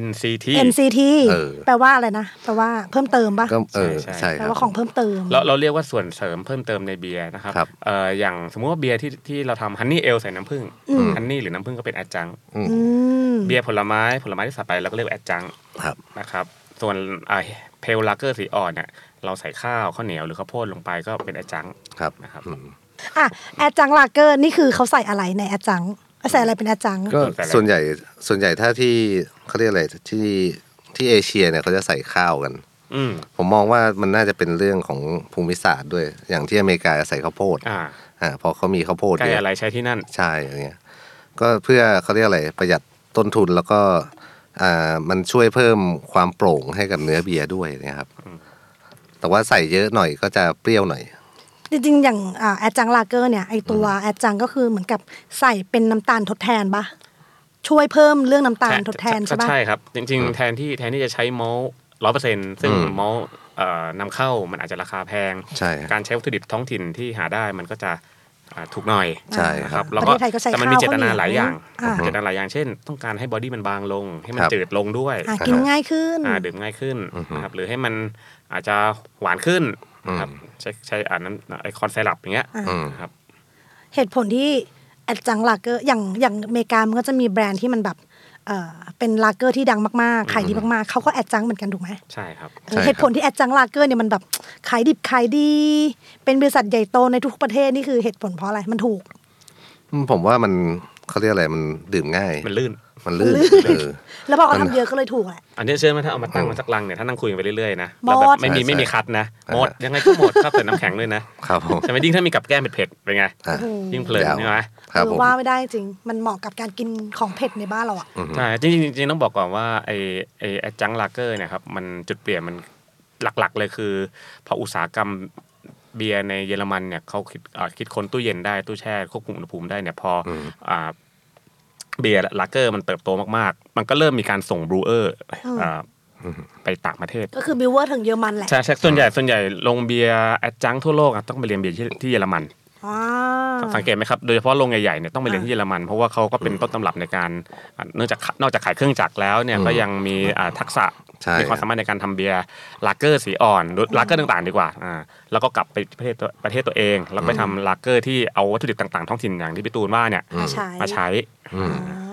NCT NCT เออ แปลว่าอะไรนะ แปลว่าเพิ่มเติมปะ ก็เออ ใช่ ใช่ แป ค ล รับ ว่าของเพิ่มเติม เราเราเรียกว่าส่วนเสริมเพิ่มเติมในเบียร์นะครับ ครับ เอ่ออย่างสมมุติว่าเบียร์ที่ที่เราทำฮันนี่เอลใส่น้ำผึ้งฮันนี่หรือน้ำผึ้งก็เป็นแอดจังก์ อืม เบียร์ผลไม้ผลไม้ที่ใส่ไปเราก็เรียกว่าแอดจังก์ ครับ นะครับส่วนเพลลากเกอร์สีอ่อนเนี่ยเราใส่ข้าวข้าวเหนียวหรือข้าวโพดลงไปก็เป็นแอดจังก์ ครับ นะครับ อ่ะแอดจังลาเกอร์นี่คือเขาใส่อะไรในแอดจังใส่อะไรเป็นแอดจัง ก็ แต่ละ ส่วนใหญ่ส่วนใหญ่ถ้าที่เขาเรียกอะไรที่ที่เอเชียเนี่ยเขาจะใส่ข้าวกัน อืม ผมมองว่ามันน่าจะเป็นเรื่องของภูมิศาสตร์ด้วย อย่างที่อเมริกาใส่ข้าวโพด อ่า อ่าพอเขามีข้าวโพด ใกล้ เย อะไร อะ ใช้ที่นั่น ใช่อย่างเงี้ยก็เพื่อเขาเรียกอะไรประหยัดต้นทุนแล้วก็อ่ามันช่วยเพิ่มความโปร่งให้กับเนื้อเบียร์ด้วยนะครับ แต่ว่าใส่เยอะหน่อยก็จะเปรี้ยวหน่อย จริงๆ อย่างอ่าแอดจังลาเกอร์เนี่ยไอตัวแอดจังก็คือเหมือนกับใส่เป็นน้ำตาลทดแทนปะช่วยเพิ่มเรื่องน้ำตาลทดแทนใช่ปะ ใช่ครับ จริงๆ แทนที่แทนที่จะใช้มอลร้อยเปอร์เซ็นต์ซึ่ง อืม มอลเอ่อนำเข้ามันอาจจะราคาแพง ใช่ครับ การใช้วัตถุดิบท้องถิ่นที่หาได้มันก็จะอ่าถูกหน่อย ใช่ นะ ค ค รั รับ บแล้ว ประ ก็ เทศไทยก็ใส่ แต่มัน ข้าว มีเจตนาหลายอย่าง อ่ะ เจตนาหลายอย่างเช่น ต้องการให้บอดี้มันบางลง ให้มัน ครับ จืดลงด้วย อ่ะกินง่ายขึ้น อ่าดื่มง่ายขึ้นนะครับหรือให้มันอาจจะหวานขึ้นนะครับใช้ใช้อ่านน้ำไอคอนไซรัปอย่างเงี้ยนะครับ เหตุผลที่แอดจังลาเกอร์อย่างอย่างอเมริกามันก็จะมีแบรนด์ที่มันแบบเอ่อเป็นลาเกอร์ที่ดังมากๆขายดีมากๆเขาก็แอดจังเหมือนกันถูกไหม ใช่ครับ ใช่ครับ เหตุผลที่แอดจังลาเกอร์เนี่ยมันแบบขายดิบขายดี เป็นบริษัทใหญ่โตในทุกประเทศนี่คือเหตุผลเพราะอะไรมันถูก อืมผมว่ามันเขาเรียกอะไรมันดื่มง่าย มันลื่น มันลื่นเออ แล้วพอเขาทำเยอะก็เลยถูกแหละ อันนี้เชื่อไหมถ้าเอามาตั้งมาสักลังเนี่ยถ้านั่งคุยกันไปเรื่อยๆนะ หมด แล้วแบบไม่มี ใช่ ไม่มีคัดนะ อ่าฮะ หมดยังไงก็หมดถ้าเกิดน้ำแข็งด้วยนะครับ ผม ใช่ไหมยิ่งถ้ามีกับแก้มเผ็ดๆเป็นไง อ่ะ ยิ่งเพลิน ดี๋ว ใช่ไหม ครับผม ว่าไม่ได้จริง มันเหมาะกับการกินของเผ็ดในบ้านเราอะ ใช่จริงๆจริงๆต้องบอกก่อนว่าไอ้ไอ้แอดจังลาเกอร์เนี่ยครับมันจุดเปลี่ยนมันหลักๆเลยคือพออุตสาหกรรมเบียร์ในเยอรมันเนี่ยเขาคิดอ่าคิดค้นตู้เย็นได้ตู้แช่ควบคุมอุณหภูมิได้เนี่ยพออ่าเบียร์ลาเกอร์มันเติบโตมากๆ มันก็เริ่มมีการส่งบรูเออร์อ่าไปต่างประเทศ ก็คือบิวเวอร์ถึงเยอรมันแหละ ใช่ใช่ส่วนใหญ่ส่วนใหญ่โรงเบียร์แอดจังทั่วโลกอะต้องไปเรียนเบียร์ที่ที่เยอรมัน อ่า สังเกตไหมครับ โดยเฉพาะโรงใหญ่ๆเนี่ยต้องไปเรียนที่เยอรมันเพราะว่าเขาก็เป็นต้นตำรับในการอ่ะเนื่องจากนอกจากขายเครื่องจักรแล้วเนี่ยก็ยังมีอ่าทักษะ ใช่ มีความสามารถในการทำเบียร์ลากเกอร์สีอ่อนหรือลากเกอร์ต่างๆดีกว่าอ่าแล้วก็กลับไปประเทศตัวประเทศตัวเอง แล้วไปทำลากเกอร์ที่เอาวัตถุดิบต่างๆท้องถิ่นอย่างที่พี่ตูนว่าเนี่ย มาใช้ มาใช้ อ๋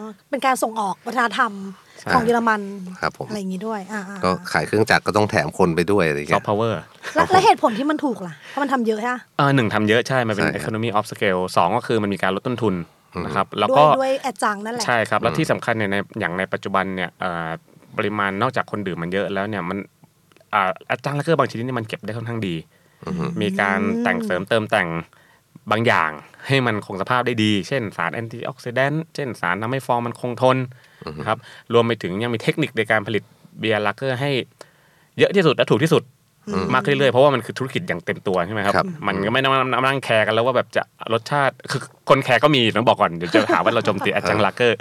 อเป็นการส่งออกวัฒนธรรม ใช่ ของเยอรมัน ครับผม อะไรอย่างงี้ด้วยอ่าๆ ก็ขายเครื่องจักรก็ต้องแถมคนไปด้วยอะไร ซอ เงี้ ฟ ย ต์พาวเวอร์ แล้วแล้วเหตุผลที่มันถูกล่ะเพราะมันทำเยอะใช่ปะ อ่าหนึ่งทำเยอะใช่มันเป็น ใช่ครับ economy of scale สองก็คือมันมีการลดต้นทุนนะครับแล้ว ด้ว ก็ ยด้วยแอดจังนั่นแหละ ใช่ครับแล้วที่สำคัญเนี่ยในอย่างในปัจจุบันเนี่ยเอ่อปริมาณนอกจากคนดื่มมันเยอะแล้วเนี่ยมันอ่าแอดจังและเกอร์บางชนิดเนี่ยมันเก็บได้ค่อนข้างดี มีการแต่งเสริมเติมแต่ง บางอย่างให้มันคงสภาพได้ดี เช่นสารแอนตี้ออกซิแดนต์เช่นสารทำให้ฟองมันคงทนนะครับรวมไปถึงยังมีเทคนิคในการผลิตเบียร์ลักเกอร์ให้เยอะที่สุดและถูกที่สุดมากขึ้นเรื่อยๆเพราะว่ามันคือธุรกิจอย่างเต็มตัวใช่ไหมครับ ครับ มันก็ไม่ต้องมานั่งแคร์กันแล้วว่าแบบจะรสชาติคือคนแคร์ก็มีต้องบอกก่อนเดี๋ยวจะหาว่าเราโจมตีอาจารย์ลักเกอร์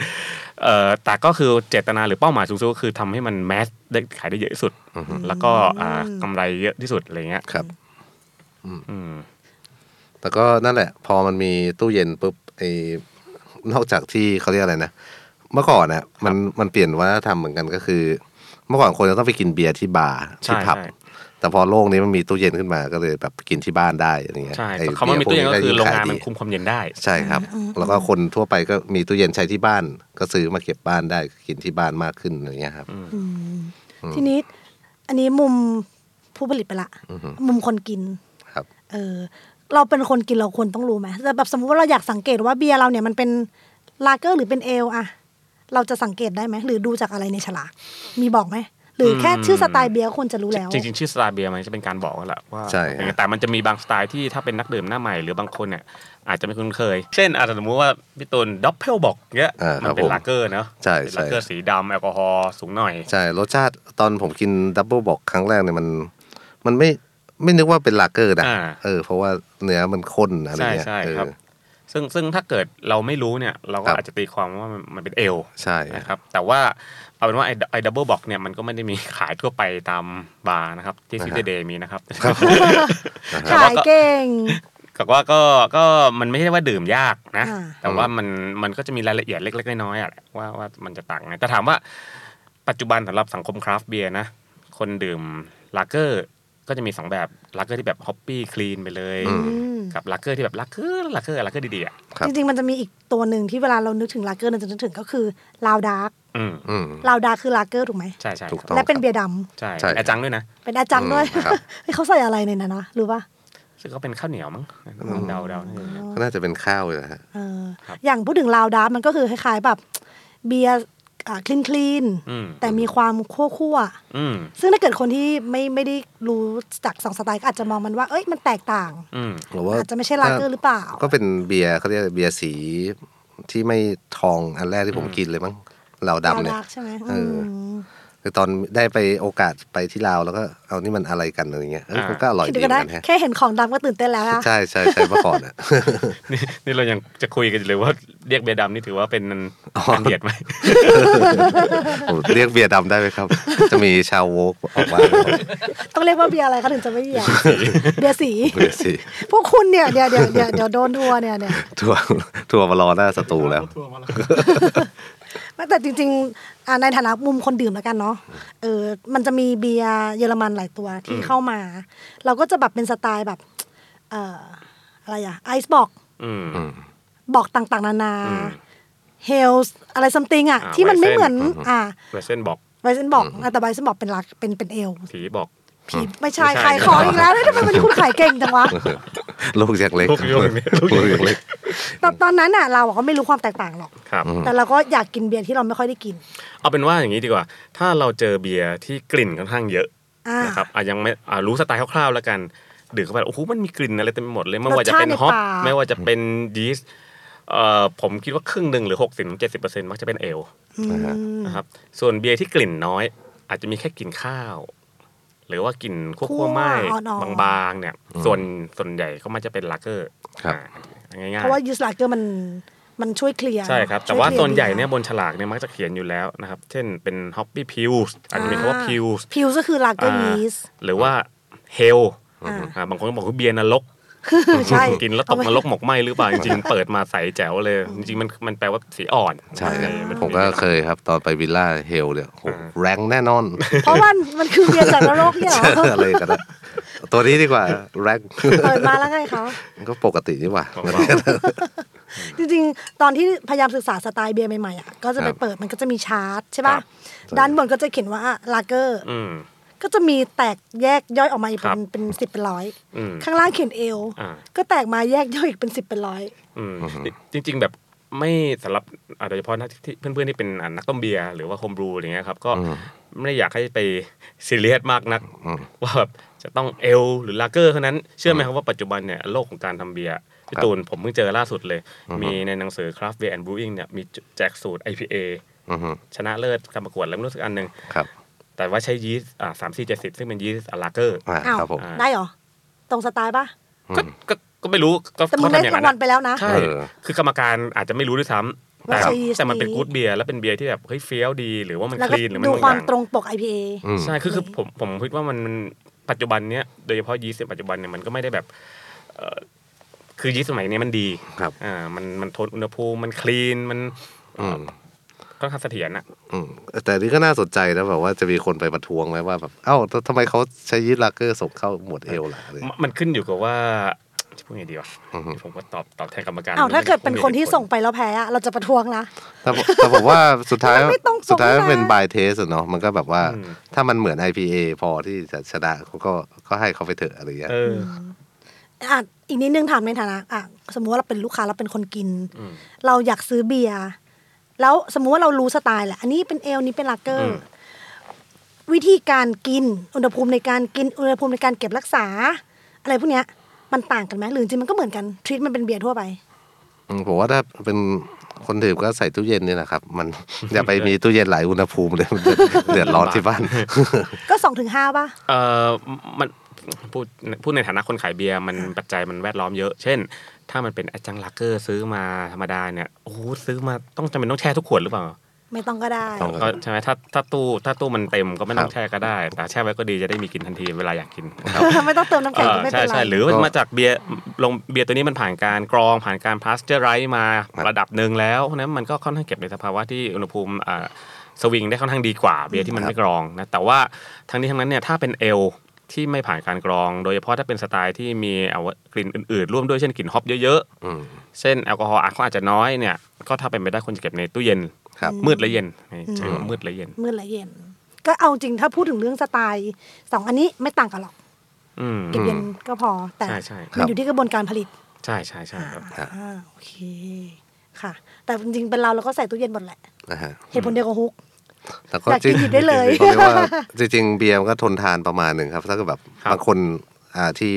เอ่อแต่ก็คือเจตนาหรือเป้าหมายสูงสุดก็คือทำให้มันแมสได้ขายได้เยอะที่สุด แล้วก็อ่ากำไรเยอะที่สุดอะไรเงี้ย ครับ อืม แต่ก็นั่นแหละ พอมันมีตู้เย็นปุ๊บไอ้นอกจากที่เขาเรียกอะไรนะ เมื่อก่อนน่ะมันมันเปลี่ยนวัฒนธรรมเหมือนกันก็คือ เมื่อก่อนคนจะต้องไปกินเบียร์ที่บาร์ที่ ใช่ ผับ ใช่ แต่พอโลกนี้มันมีตู้เย็นขึ้นมาก็เลยแบบกินที่บ้านได้อะไรเงี้ย ใช่ ไอ้ เขาไม่ามีตู้เย็นก็คือโรงงาน เบียร์พวกนี้มันคุมความเย็นได้ ใช่ครับ แล้วก็คนทั่วไปก็มีตู้เย็นใช้ที่บ้าน ก็ซื้อมาเก็บบ้านได้กินที่บ้านมากขึ้นอะไรเงี้ยครับ ทีนี้ อันนี้มุมผู้ผลิตไปละ มุมคนกิน ครับ เออ เราเป็นคนกินเราควรต้องรู้ไหมแต่แบบสมมติว่าเราอยากสังเกตว่าเบียร์เราเนี่ยมันเป็นลาเกอร์หรือเป็นเอลอะเราจะสังเกตได้ไหมหรือดูจากอะไรในฉลากมีบอกไหมหรือแค่ชื่อสไตล์เบียร์ควรจะรู้แล้ว จริงๆ ชื่อสไตล์เบียร์มันจะเป็นการบอกแล้วแหละว่า ใช่ครับ อย่างเงี้ยแต่มันจะมีบางสไตล์ที่ถ้าเป็นนักดื่มหน้าใหม่หรือบางคนเนี่ยอาจจะไม่คุ้นเคย เช่นอาจจะสมมติว่าพี่ตูนด็อปเพลบอกเงี้ย อ่ามั มันเป็น ครับผม ลาเกอร์เนาะ ใช่ เป็น ใช่ ลาเกอร์สีดำแอลกอฮอล์สูงหน่อย ใช่รสชาติตอนผมกินดับเบิลบอกครั้งแรกเนี่ยมัน มันไม่ไม่นึกว่าเป็นลาเกอร์นะ อ่า เออเพราะว่าเนื้อมันข้นอะไร ใช่ เงี้ย ใช่ เออ ครับ ซึ่งซึ่งถ้าเกิดเราไม่รู้เนี่ยเรา ค ก็ รับ อาจจะตีความว่ามันมันเป็นเอล ใช่ นะครับแต่ว่าเอาเป็นว่าไอ้ไอ้ดับเบิลบอกเนี่ยมันก็ไม่ได้มีขายทั่วไปตามบาร์นะครับที่ซิตี้เดย์มีนะครับ ขายเก่ง ก็ว่าก็ก็มันไม่ใช่ว่าดื่มยากนะ อ่า แต่ว่ามันมันก็จะมีรายละเอียดเล็ก ๆ น้อยๆอะแหละว่าว่ามันจะต่างไงแต่ถามว่าปัจจุบันสำหรับสังคมคราฟต์เบียร์นะ คนดื่มลาเกอร์ก็จะมีสองแบบลาเกอร์ที่แบบฮอปปี้คลีนไปเลย กับลาเกอร์ที่แบบลาเกอร์ลาเกอร์ลาเกอร์ดีๆอ่ะ ครับ จริงๆ มันจะมีอีกตัวหนึ่งที่เวลาเรานึกถึงลาเกอร์เราจะนึกถึงก็คือลาวดาร์ก อืม อืม ลาวดาร์กคือลาเกอร์ถูกไหม ใช่ใช่ ถูก ต้ อ ง และเป็คนรับ เบียร์ด ใช่ ใช่ครับ อาจังด้วยนะ ำเป็นอาจังด้วย อืมครับ เฮ้ยเขาใส่อะไรในนั้นนะหรือว่า ซึ่งก็เป็นข้าวเหนียวมั้งเดาๆเดาๆน่าจะอย่างนั้น ก็น่าจะเป็นข้าวเลยนะฮะ เออ ครับ อย่างพูดถึงลาวดาร์กมันก็คือคล้ายๆแบบเบียร์คลีนคลีนๆ อืม แต่มีความคั่วคั่ว อืม ๆซึ่งถ้าเกิดคนที่ไม่ไม่ได้รู้จากสองสไตล์ก็อาจจะมองมันว่า เอ้ยมันแตกต่าง อืม หรือว่า อาจจะไม่ใช่ลาเกอร์หรือเปล่า ก็เป็นเบียร์เขาเรียกเบียร์สีที่ไม่ทองอันแรกที่ผมกินเลยมั้งเหลาดำเนี่ย ลาวดาร์กใช่ไหม เอออื ม คือตอนได้ไปโอกาสไปที่ลาวแล้วก็เอานี่มันอะไรกันอะไรเงี้ยเอ้ย อ่ามั มันก็อร่อย คิด ดี ดู เหมือนกัก็ได้นฮะ แค่เห็นของดำก็ตื่นเต้นแล้วอะ ใช่ใช่ใช่เมื่อก่อนอ่ะ นี่นี่เรายังจะคุยกันอยู่เลยว่าเรียกเบียร์ดำนี่ถือว่าเป็นการเหยียดไหม โอ้เรียกเบียร์ดำได้ไหมครับ จะมีชาวโวกออกมา ต้องเรียกว่าเบียร์อะไรเขาถึงจะไม่เบียร์เบียร์สี เบียร์สี พวกคุณเนี่ยเดี๋ยวเดี๋ยวเดี๋ยวเดี๋ยวโดนทัวร์เนี่ยเนี่ย ทัวร์ ทัวร์มารอหน้าสตูแล้ว ไม่แต่จริงๆอ่าในฐานะมุมคนดื่มแล้วกันเนาะ เออ มันจะมีเบียร์เยอรมันหลายตัวที่เข้ามา เราก็จะแบบเป็นสไตล์แบบ เอ่อ อะไรอะไอซ์บอก อืม บอกต่างๆ นานา อืม เฮลส์อะไรซัมติงอะ อ่า ที่มันไม่เหมือน Weizen อ่า เวสเซนบอก ไวเซนบอกอ่ะแต่ไวเซนบอกเป็นลักเป็นเป็นเอล ผีบอก ผีไม่ใช่ ไม่ใช่ ขายของอีกแล้วเฮ้ยทำไมวันนี้คุณขายเก่งจังวะ ลูกยังเล็ก ลูกยังเล็ก ลูกยังเล็ก ตอนตอนนั้นอะเราอะก็ไม่รู้ความแตกต่างหรอก ครับ แต่เราก็อยากกินเบียร์ที่เราไม่ค่อยได้กิน เอาเป็นว่าอย่างนี้ดีกว่า ถ้าเราเจอเบียร์ที่กลิ่นค่อนข้างเยอะ อ่า นะครับอ่ะยังไม่อ่ะรู้สไตล์คร่าวๆแล้วกัน ดื่มเข้าไปโอ้โหมันมีกลิ่นอะไรเต็มไปหมดเลยไม่ว่าจะเป็น รสชาติใน ฮอป ปาก ไม่ว่าจะเป็นยีสต์เอ่อผมคิดว่าครึ่งหนึ่งหรือ6 0สิบเจ็ดสิบเปอร์เซ็นต์มักจะเป็นเอลนะครับส่วนเบียร์ที่กลิ่นน้อย อาจจะมีแค่กลิ่นข้าว หรือว่ากลิ่นคั่ คั่ ว ว ๆไหม้ อ่อนๆ บางๆเนี่ย ส่วนส่วนใหญ่ก็มันจะเป็นลาเกอร์ ครับ อ่ะง่ายๆ เพราะว่ายูสลาเกอร์มันมันช่วยเคลียร์ ใช่ครับ ช่ย แต่ว่า เคลีย ส่วนใหญ่เนี่ย ดีะ บนฉลากเนี่ยมักจะเขียนอยู่แล้วนะครับ เช่นเป็น Hoppy p i l s อาจจะมีคำว่า p i l s พิวส์ก็คือลาเกอร์ยีสต์ หรือว่า Hell อ่าบางคนก็บอกว่าเบียร์นรก ใช่ กินแล้วตกนรกหมกไหมหรือเปล่า จริงๆ เปิดมาใสแจ๋วเลย จริงๆ มันมันแปลว่าสีอ่อน ใช่ครับ น ผมก็เคยครับ ตอนไปวิลล่าเฮลเนี่ยโหแรงแน่นอน เพราะมันมันคือเบียร์จากนรกเนี่ยเหรอ อะไรกันนะตัวนี้ดีกว่าแรง เปิดมาแล้วไงคะ ก็ปกตินี่หว่า ของเรา จริงๆ ตอนที่พยายามศึกษาสไตล์เบียร์ใหม่ๆอ่ะก็จะคไปรับ เปิดมันก็จะมีชาร์ตใช่ป่ะ ครับ ด้านบนก็จะเขียนว่าลาเกอร์ อืม ก็จะมีแตกแยกย่อยออกมาอีก ครั เป็ บ นเป็นสิบเป็นร้อย อืม ข้างล่างเขียนเอล อ่า ก็แตกมาแยกย่อยอีกเป็นสิบเป็นร้อย อืมจริง ๆ แบบไม่สำหรับอ่าโดยเฉพาะนะที่เพื่อนๆที่เป็นอ่านักต้มเบียร์หรือว่าโฮมบรูอะไรเงี้ยครับก็ไม่ได้อยากให้ไป ซีเรียสมากนัก ว่าแบบจะต้องเอลหรือลาเกอร์เท่านั้น เชื่อไหมครับว่าปัจจุบันเนี่ยโลกของการทำเบียร์ พี่ ครับ ตูนผมเพิ่งเจอล่าสุดเลย อือฮึ มีในหนังสือ Craft Beer and Brewing เนี่ยมีแจกสูตร IPA อือฮึ ชนะเลิศการประกวดแล้วไม่รู้สึกอันหนึ่ง ครับ แต่ว่าใช้ยีสต์สามสี่เจ็ดสิบซึ่งเป็นยีสต์ลาเกอร์ อ่า อ้าว ครับผม อ่า ได้เหรอ ตรงสไตล์ปะ ก็ก็ก็ไม่รู้ก็ แต่มึ เขา งได้ ทำอย่าง รา นั้ ง นอะวัลไปแล้วนะ ใช่ เออ คือกรรมการอาจจะไม่รู้ด้วยซ้ำแต่ ว่าใช้ยีสต์ แต่มันเป็น นี้ กู๊ดเบียร์แล้วเป็นเบียร์ที่แบบเฮ้ยเฟี้ยวดี หรือว่ามัน แล้ว ค ก็ ลีนหรือมัน ดู บาง ความ อย่าง ตรงปก IPA อืม ใช่คือคือผมผมคิดว่ามันมันปัจจุบันเนี้ยโดยเฉพาะยีสต์ในปัจจุบันเนี่ยมันก็ไม่ได้แบบเอ่อคือยีสต์สมัยเนี้ยมันดี ครับ อ่ามันมันทนอุณหภูมิมันคลีนมันเอ่ อื อ ม ค่อนข้างเสถียรนะ อืมแต่นี่ก็น่าสนใจนะแบบว่าจะมีคนไปประท้วงไหมว่าแบบเอ้าทำไมเขาใช้ยีสต์ลากเกอร์ส่งเข้าหมวดเอลล่ะอะไรอย่าง ม เงี้ย มันขึ้นอยู่กับว่าจะพูดไงดีวะ อือฮึ ผมก็ตอบตอบแทนกรรมการ อ้าวถ้าเกิดเป็นคนที่ส่ง ไ ไปแล้วแพ้อะเราจะประท้วงนะ แต่ผมแต่ผมว่าสุดท้าย มันไม่ตรงปก สุดท้าย นะ มันเป็นบายเทสเนาะมันก็แบบว่า อืม ถ้ามันเหมือน IPA พอที่จะชนะเขาก็ก็ให้เขาไปเถอะอะไรเงี้ย เออ อ่ะอีกนิดนึงถามในฐานะอ่ะสมมติว่าเราเป็นลูกค้าเราเป็นคนกิน อืม เราอยากซื้อเบียร์แล้วสมมุติว่าเรารู้สไตล์แหละอันนี้เป็นเอลนี้เป็นลากเกอ อืมร์วิธีการกิน อุณหภูมิในการกินอุณหภูมิในการเก็บรักษา อะไรพวกเนี้ยมันต่างกันไหมหรือจริงมันก็เหมือนกันทรีตมันเป็นเบียร์ทั่วไป อืมผมว่าถ้าเป็นคนดื่มก็ใส่ตู้เย็นนี่แหละครับ มัน อย่าไปมีตู้เย็นหลายอุณหภูมิเลยมันจะเดือดร้อนที่บ้าน ก็สองถึงห้าป่ะ เออมันพูดพูดในฐานะคนขายเบียร์มันปัจจัยมันแวดล้อมเยอะ เช่น ถ้ามันเป็นอาจังลักเกอร์ซื้อมาธรรมดาเนี่ยโอ้โหซื้อมาต้องจำเป็นต้องแช่ทุกขวดหรือเปล่า ไม่ต้องก็ได้ ต้อง ก็ใช่ไหมถ้าถ้าตู้ถ้าตู้มันเต็มก็ไม่ต้อ ค ง รับ แช่ก็ได้ แต่แช่ไว้ก็ดีจะได้มีกินทันทีเวลาอยากกินครับ ไม่ต้องเติมน้ำแข็ง เอ่อ ก็ไม่ ใช่ เป็นไร ใช่หรือว่ามาจากเบียร์ลงเบียร์ตัวนี้มันผ่านการกรองผ่านการพาสเจอร์ไรมา ครับ ระดับหนึ่งแล้วเพราะฉะนั้นมันก็ค่อนข้างเก็บในสภาวะที่อุณหภูมิอ่าสวิงได้ค่อนข้างดีกว่าเบียร์ที่มันไม่กรองนะแต่ว่าทั้งนี้ทั้งนั้นเนี่ยถ้าเป็นเอลที่ไม่ผ่านการกรอง โดยเฉพาะถ้าเป็นสไตล์ที่มีเอากลิ่นอื่นๆ ร่วมด้วยเช่นกลิ่นฮอปเยอะ อืม ๆ เช่นแอลกอฮอล์อ่ะเขาอาจจะน้อยเนี่ยก็ถ้าเป็นไปได้ควรจะเก็บในตู้เย็น ครับ มืดและเย็นใช่ว่ามืดและเย็น มืดละเย็น ก็เอาจริงถ้าพูดถึงเรื่องสไตล์สองอันนี้ไม่ต่างกันหรอก อืม เก็บเย็นก็พอแต่ ใช่ใช่ครับ มันอยู่ที่กระบวนการผลิต ใช่ใช่ใช่ครับ ครับ อ่าโอเคค่ะ แต่จริงๆเป็นเราเราก็ใส่ตู้เย็นหมดแหละ นะฮะ เหตุผลเดียวกับฮุก แต่ อยากกิจนริง หยิบได้เลย ผมรีกว่า จริงๆเบียร์มันก็ทนทานประมาณหนึ่งครับ ถ้าเกิดแบบ ครับ บางคนอ่าที่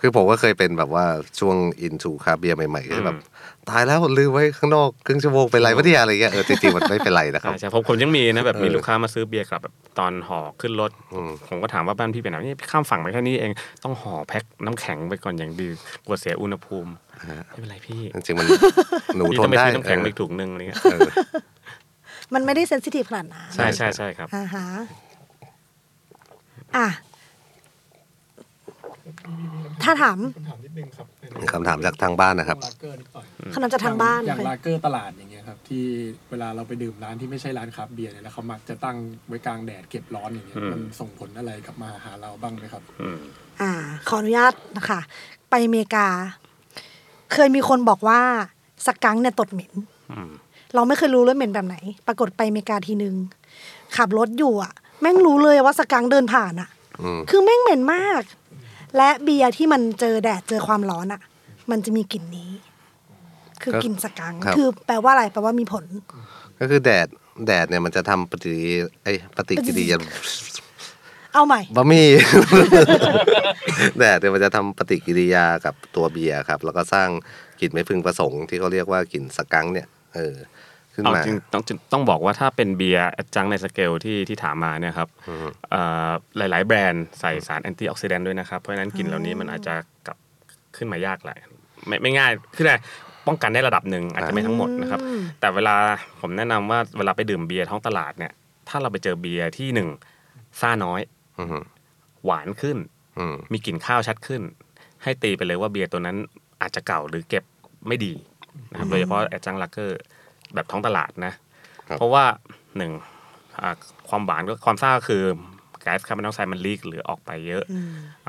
คือผมก็เคยเป็นแบบว่าช่วงอินทูคาเบียร์ใหม่ๆก็จะแบบตายแล้วลืมไว้ข้างนอกครึ่งชั่วโมงเป็นไรวะเนี่ยอะไรเงี้ยเออจริงๆมันไม่เป็นไรนะครั ใช่ บ ใช่ผมผมยังมีนะแบบมี เออ ลูกค้ามาซื้อเบียร์กลับแบบตอนห่อขึ้นรถ อืม ผมก็ถามว่าบ้านพี่ไปไหนนี่ข้ามฝั่งไปแค่นี้เองต้องห่อแพ็คน้ำแข็งไปก่อนอย่างดีกลัวเสียอุณหภูมิไม่เป็นไรพี่ จริงๆ มันหนู พี่ ท ต้อนงไป ได้ ซื้อน้ำแข็งไป เออ ถุงหนึ่งอะไรเงี้ย เออ มันไม่ได้เซนซิทีฟขนาดนั้น ใช่ใช่ใช่ครับ อ่าฮะอ่ะ ถ้าถาม ถามนิดนึงครับในเรื่อง คำถามจากทางบ้านนะครับ ลาเกอร์นิดหน่อย ขนมจะทางบ้าน อย่าง ค่ะ ลาเกอร์ตลาดอย่างเงี้ยครับที่เวลาเราไปดื่มร้านที่ไม่ใช่ร้านคราฟต์เบียร์เนี่ยแล้วเขามักจะตั้งไว้กลางแดดเก็บร้อนอย่างเงี้ย อืม มันส่งผลอะไรกลับมาหาเราบ้างไหมครับ อืม อ่า ขออนุญาตนะคะ ไปอเมริกา เคยมีคนบอกว่าสกังค์เนี่ยตดเหม็น อืม เราไม่เคยรู้เลยเหม็นแบบไหน ปรากฏไปอเมริกาทีนึง ขับรถอยู่อ่ะ แม่งรู้เลยว่าสกังค์เดินผ่านอ่ะ อืม คือแม่งเหม็นมาก และเบียร์ที่มันเจอแดดเจอความร้อนอะ่ะ มันจะมีกลิ่นนี้ คือ ครับ กลิ่นสกังค์ ครับ คือแปลว่าอะไรแปลว่ามีผล ก็คือแดดแดดเนี่ยมันจะทำปฏิกิริยาไอยปฏิกิริยา เอาใหม่ บะหมี่ แดดเนี่ยมันจะทำปฏิกิริยากับตัวเบียร์ครับ แล้วก็สร้างกลิ่นไม่พึงประสงค์ที่เขาเรียกว่ากลิ่นสกังค์เนี่ย เออ ขึ้น เอา มา จริงต้องต้องบอกว่าถ้าเป็นเบียร์จังในสเกลที่ที่ถามมาเนี่ยครับ อือฮึ เอ่อหลาย ๆ แบรนด์ใส่สารแอนตี้ออกซิแดนต์ด้วยนะครับ เพราะฉะนั้นกลิ่นเหล่านี้มันอาจจะกลับขึ้นมายากหลายไม่ไม่ง่ายคืออะไรป้องกันได้ระดับหนึ่งอาจจะไม่ทั้งหมดนะครับ อืม แต่เวลาผมแนะนำว่าเวลาไปดื่มเบียร์ท้องตลาดเนี่ย ถ้าเราไปเจอเบียร์ที่หนึ่งซ่าน้อย อืม หวานขึ้น อืม มีกลิ่นข้าวชัดขึ้น ให้ตีไปเลยว่าเบียร์ตัวนั้นอาจจะเก่าหรือเก็บไม่ดีนะครับโดยเฉพาะแอจังลักเกอร์แบบท้องตลาดนะ เพราะว่าหนึ่งอ่าความหวานก็ความซ่าก็คือแก๊สคาร์บอนไดออกไซด์มันลีกหรือออกไปเยอะ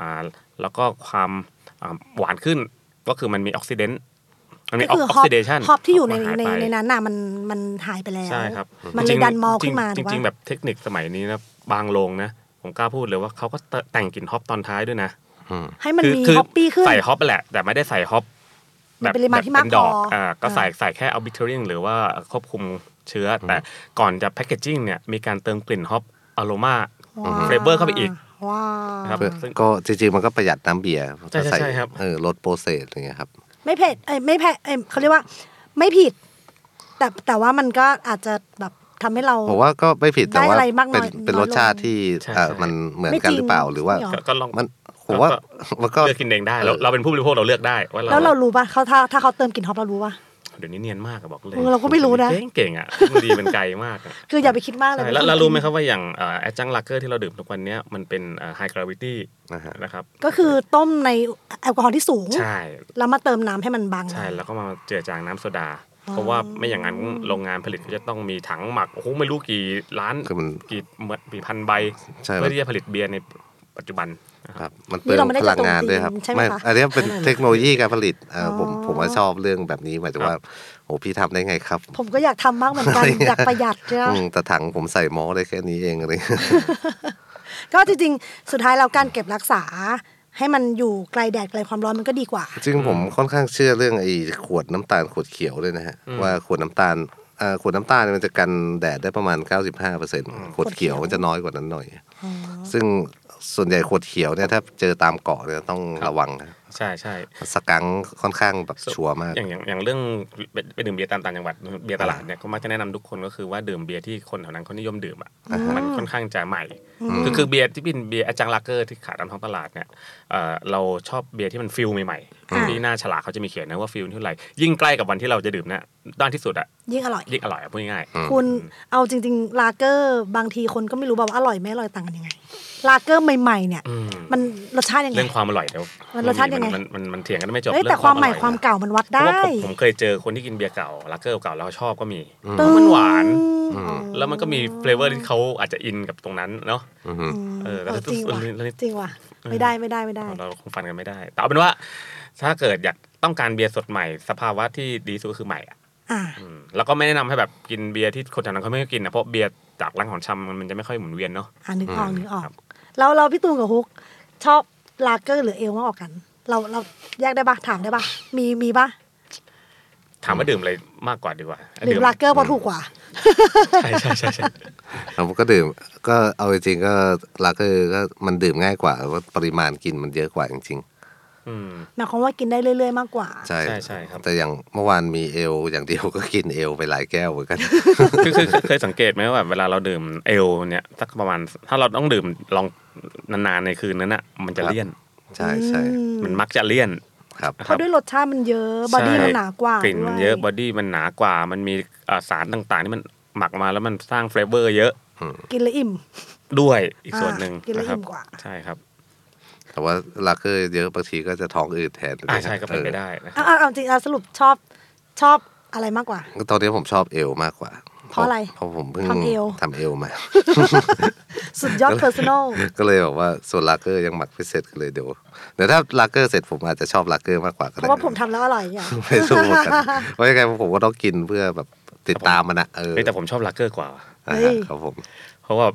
อ่าแล้วก็ความอ่าหวานขึ้นก็คือมันมีออกซิเดนต์มันมีอ ก็คือ อก ฮอ ซิ ป เดชัน ฮอปที่อยู่ในในในนั้นน่ะมันมันหายไปแล้ว ใช่ครับ มัน จ เล ริ ย ง ดันมอล จริ ขึ้ ง นมา จริง ถูๆกปะ แบบเทคนิคสมัยนี้นะบางโรงนะ ผมกล้าพูดเลยว่าเขาก็แต่งกลิ่นฮอปตอนท้ายด้วยนะ อืม ให้มัน คืคืมีฮอปปี้ขึ้น ใส่ฮอปแหละ แต่ไม่ได้ใส่ฮอป ในปริมาณที่มาก เป็นดอก พออ่ อ่าก็ใส่ อ่า ใส่แค่อ r b i t r a r y หรือว่าควบคุมเชื้ออแต่ก่อนจะแพ c เกจจิ้งเนี่ย มีการเติมกลิ่นฮอปอโรมา ว้า flavor เข้าไปอีก ว้า นะครับ เพื่อ ซึ่ง ก็จริงๆมันก็ประหยัดน้ำเบียร์ ใช่ใช่ใช่ครับ เออลดโปรเซสอะไรเงี้ยครับ ไม่เผ็ดเอ้ยไม่แพ้เอ้ยเขาเรียกว่า ไม่ผิด แต่แต่ว่ามันก็อาจจะแบบทำให้เรา ผมว่าก็ไม่ผิดแต่ว่า ได้อะไรมากน้อย เป็นเป็น น้ ร อยลง สชาติที่ ใช่ เอ่อ ใช่ มันเหมือนกันหรือเปล่าหรือว่า ไม่จริง ก็ก็ลอง มันผมว่า ก็ มันก็ เลือกกินเองได้เราเราเป็นผู้บริโภคเราเลือกได้ว่าเรา แล้วเรารู้ป่ะเขาถ้าถ้าเขาเติมกลิ่นฮอปเรารู้ป่ะ เดี๋ยวนี้เนียนมากอะบอกเลย เออเราก็ไม่รู้นะ เก่งเก่งๆอะมันดีมันไกลมากอะ คืออย่าไปคิดมากเลย ใช่แล้วแล้วรู้ไหมครับว่าอย่างแอดจังลักเกอร์ที่เราดื่มทุกวันเนี้ยมันเป็นไฮกราวิตี้ อ่าฮะ นะครับ ก็คือต้มในแอลกอฮอล์ที่สูง ใช่ แล้วมาเติมน้ำให้มันบาง ใช่แล้วก็มาเจือจางน้ำโซดา เพราะว่าไม่อย่างนั้นโรงงานผลิตก็จะต้องมีถังหมักโอ้โหไม่รู้กี่ล้าน คือมัน กี่หมื่นกี่พันใบ ใช่ครัเพื่อบ ที่จะผลิตเบียร์ในปัจจุบัน ครับมันเปลืองพลังงานด้วยครับ นี่เราไม่ ไม่ ได้จะโจมตีใช่ไหมคะ อันนี้เป็นเทคโนโลยีการผลิตเอ่ออ อ ผมผมว่าชอบเรื่องแบบนี้หมายถึงว่าโอ้พี่ทำได้ไงครับ ผมก็อยากทำบ้างเหมือนกัน อยากประหยัดเนี่ย อืมแต่ถังผมใส่หม้อได้แค่นี้เอง อะไรเงี้ย ก็จริงๆ สุดท้ายเราการเก็บรักษา ให้มันอยู่ไกลแดดไกลความร้อนมันก็ดีกว่า ซึ่งผมค่อนข้างเชื่อเรื่องไอ้ขวดน้ำตาลขวดเขียวด้วยนะฮะ อืม ว่าขวดน้ำตาลเอ่อขวดน้ำตาลเนี่ยมันจะกันแดดได้ประมาณ 95%ขวดเขียวมันจะน้อยกว่านั้นหน่อย ซึ่งส่วนใหญ่ขวดเขียวเนี่ยถ้าเจอตามเกาะเนี่ยต้องระวังนะ ใช่ใช่ สกังค่อนข้างแบบชัวร์มาก อย่างอย่างอย่างเรื่องไปไปดื่มเบียร์ตามต่างจังหวัดเบียร์ตลาดเนี่ยก็มักจะแนะนำทุกคนก็คือว่าดื่มเบียร์ที่คนแถวนั้นเขานิยมดื่มอ่ะมันค่อนข้างจะใหม่ คือคือเบียร์ที่เป็นเบียร์อาจังลักเกอร์ที่ขายตามท้องตลาดเนี่ยเอ่อเราชอบเบียร์ที่มันฟิลใหม่ อ่า ๆที่หน้าฉลากเขาจะมีเขียนนะว่าฟิลเท่าไหร่ยิ่งใกล้กับวันที่เราจะดื่มเนี่ยด้านที่สุดอะ ยิ่งอร่อย ยิ่งอร่อยอะพูดง่ายๆ คุณเอาจริง ๆ ลาเกอร์บางทีคนก็ไม่รู้แบบว่าอร่อยไม่อร่อยต่างกันยังไง ลาเกอร์ใหม่ๆเนี่ย อืม มันรสชาติยังไง เรื่องความอร่อยเดี๋ยว มันรสชาติยังไง มันมันมันเถียงกันไม่จบ เอ้ยเรื่แต่อง ความใหม่ อร่อย ความเก่ามันวัด เพราะว่า ได้ ผมผมเคยเจอคนที่กินเบียร์เก่าลักเกอร์เก่าแล้วชอบก็มี ตึ้ง เพราะมันหวาน แล้วมันก็มีเฟลเวอร์ที่เขาอาจจะอินกับตรงนั้นเนาะ อือหือ เออแต่ เออ ถ้า จริงว่ะ เรื่องนี้ จริงว่ะไม่ได้ไม่ได้ไม่ได้ เราคงฟันกันไม่ได้ แต่เอาเป็นว่า ถ้าเกิดอยากต้องการเบียร์สดใหม่ สภาวะที่ดีสุดก็คือใหม่อะ อ่า อืมแล้วก็ไม่แนะนำให้แบบกินเบียร์ที่คนแถวนั้นเขาไม่ค่อยกินนะเพราะเบียร์จากร้านของชำมันมันจะไม่ค่อยหมุนเวียนเนาะ อ่านึกออกนึกออ ครั ก บ แล้วเราพี่ตูนกับฮุกชอบลาเกอร์หรือเอลมากกว่ากัน เราเราแยกได้ปะถามได้ปะมีมีปะ ถามว่าดื่มอะไรมากกว่าดีกว่า หรือลาเกอร์เพราะถูกกว่า ใช่ใช่ใช่ใช่ แล้วก็ดื่มก็เอาจริงๆก็ลาเกอร์ก็มันดื่มง่ายกว่าแล้วก็ปริมาณกินมันเยอะกว่าจริง อืม หมายความว่ากินได้เรื่อย ๆ มากกว่า ๆ ใช่ ใช่ใช่ครับ แต่อย่างเมื่อวานมีเอลอย่างเดียวก็กินเอลไปหลายแก้วเหมือนกัน คือคือคือเคยสังเกตไหมว่าแบบเวลาเราดื่มเอลเนี่ยสักประมาณ ถ้าเราต้องดื่มลองนานๆในคืนนั้นอ่ะมันจะเลี่ยน ใช่ใช่ มันมักจะเลี่ยน ครับ นะ เพ ครั ราะ บ ด้วยรสชาติมันเยอะ บอดี้ ใช่ มันหนากว่าก ลิ่นมันเยอะบอดี้มันหนากว่า มันมีอ่าสารต่างๆที่มันหมักมาแล้วมันสร้างเฟลเวอร์เยอะ กินแล้วอิ่ม ด้วยอีกส่วนหนึ่ง อ่ากินแล้ว นะครับ อิ่มกว่า ใช่ครับ แต่ว่าลาเกอร์เยอะบางทีก็จะท้องอืดแทน อ่าใช่ก็เป็นไปได้นะครับ เอาเอาเอาจริงเอาสรุปชอบชอบอะไรมากกว่า เออตอนนี้ผมชอบเอลมากกว่า เพราะอะไร เพราะผมเพิ่ง ทำเอว ทำเอลมา สุดยอดเพอร์ซันอล ก็เลยบอกว่าส่วนลาเกอร์ยังหมักไม่เสร็จก็เลยเดี๋ยวเดี๋ยวถ้าลาเกอร์เสร็จผมอาจจะชอบลาเกอร์มากกว่าก็ เพ ได้ ราะว่าผมทำแล้วอร่อยอย่างเงย ไม่สู้เหมือนกันเพราะยังไงผมก็ต้องกินเพื่อแบบติดตามมันนะเออ เฮ้ยแต่ผมชอบลักเกอร์กว่าว่ะ อ่าฮะครับผม เพราะว่า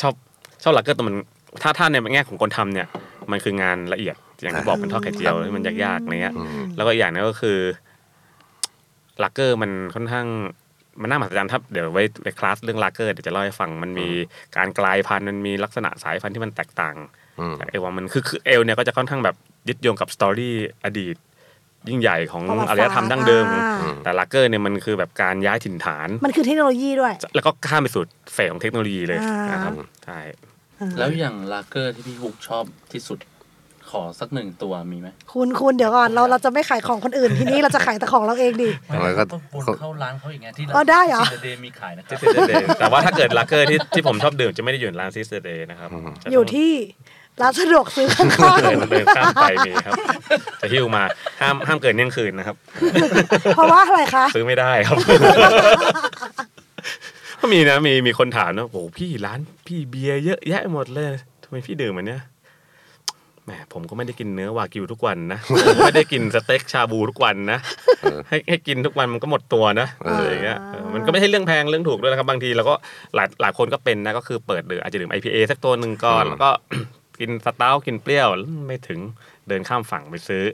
ชอบชอบลักเกอร์แต่มันถ้าถ้าในแง่ของคนทำเนี่ย มันคืองานละเอียดอย่างที่บอกเป็นทอดไข่เจียวที่มันยากๆอะไรเงี้ย แล้วก็อีกอย่างหนึงก็คือลักเกอร์มันค่อนข้างมันน่ามหัศจรรย์ถ้าเดี๋ยวไว้ในคลาสเรื่องลักเกอร์เดี๋ยวจะเล่าให้ฟังมันมีการกลายพันธุ์มันมีลักษณะสายพันธุ์ที่มันแตกต่าง อืม จากเอลว่ามันคือคือเอลเนี่ยก็จะค่อนข้างแบบยึดโยงกับสตอรี่อดีต ยิ่งใหญ่ของ ประวัติ อาร ศาย สต ธรรม ร์ ดั้งเดิม อ่า แต่ลักเกอร์เนี่ยมันคือแบบการย้ายถิ่นฐาน มันคือเทคโนโลยีด้วย แล้วก็ข้ามไปสู่เฟสของเทคโนโลยีเลย อ่าน นะครับใช่ แล้วอย่างลาเกอร์ที่พี่ฮุกชอบที่สุดขอสักหนึ่งตัวมีไหม คุณคุณเดี๋ยวก่อนเราเราจะไม่ขายของคนอื่นทีนี้เราจะขายแต่ของเราเองดิ แล้วก็ ต้องวนเข้าร้านเขาอย่างเงี้ยที่ อ๋อได้เหรอ ซินเดย์มีขายนะครับ แต่ว่าถ้าเกิดลักเกอร์ที่ที่ผมชอบดื่มจะไม่ได้อยู่ในร้านซิสเตอร์เดย์นะครับจะ อยู่ ต้ง ที่ร้านสะดวกซื้อข้าง เดินเดินข้ามไปมีครับ จะหิ้วมาห้ามห้ามเกินเที่ยงคืนนะครับ ๆเพราะว่าอะไรคะ ซื้อไม่ได้ครับ ก็มีนะมีมีคนถามนะโอ้โหพี่ร้านพี่เบียร์เยอะแยะหมดเลยทำไมพี่ดื่มอันเนี้ยแหมผมก็ไม่ได้กินเนื้อวากิวทุกวันนะ ผมไม่ได้กินสเต็กชาบูทุกวันนะให้ให้กินทุกวันมันก็หมดตัวนะอะไรอย่างเงี้ยเออมันก็ไม่ใช่เรื่องแพงเรื่องถูกด้วยนะครับ บางทีเราก็หลายหลายคนก็เป็นนะก็คือเปิดหรืออาจจะดื่ม IPA สักตัวหนึ่งก่อนแล้วก็ กินสเต้ากินเปรี้ยวแล้วไม่ถึงเดินข้ามฝั่งไปซื้อ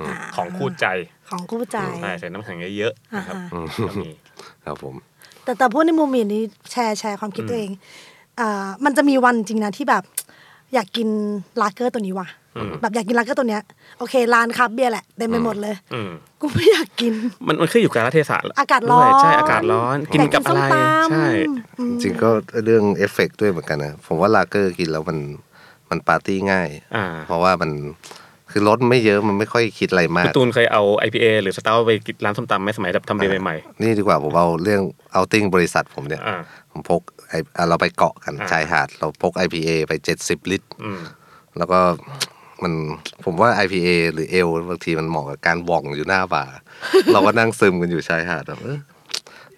อของคู่ใจ ของคู่ใจ ใช่ใส่น้ำแข็งเยอะๆ อ่า นะครับ ฮะ ก็มี ครับผม แต่แต่พูดในมุมอื่นนี้แชร์แชร์ความคิดตัวเองเอ่อมันจะมีวันจริงนะที่แบบ อยากกินลาเกอร์ตัวนี้ว่ะ อืม แบบอยากกินลาเกอร์ตัวเนี้ยโอเคร้านคราฟต์เบียร์แหละเต็มไปหมดเลย อืม กูไม่อยากกิน มันมันขึ้นอยู่กับกาลเทศะ อากาศร้อน ด้วยใช่อากาศร้อนกิน แต่ กับอะไร ส้มตำ ใช่ อื จ ม ริงๆก็เรื่องเอฟเฟกต์ด้วยเหมือนกันนะผมว่าลาเกอร์กินแล้วมันมันปาร์ตี้ง่าย อ่า เพราะว่ามันคือรสไม่เยอะมันไม่ค่อยคิดอะไรมา คุ ก ณตูนเคยเอา IPA หรือสเตาไปกินร้านส้มตำไหมสมัยแบบทำเบียร์ใหม่ นี่ดีกว่าผมเอาเรื่องเอาติ้งบริษัทผมเนี่ย ๆอ่า ผมพกไออ่ะเราไปเกาะกัน อ่า ชายหาด เราพก IPA ไป 70 ลิตร อืม แล้วก็ มันผมว่า IPA หรือเอลบางทีมันเหมาะกับการว่องอยู่หน้า บาร์ เราก็นั่งซึมกันอยู่ชายหาดแบบเอ้ย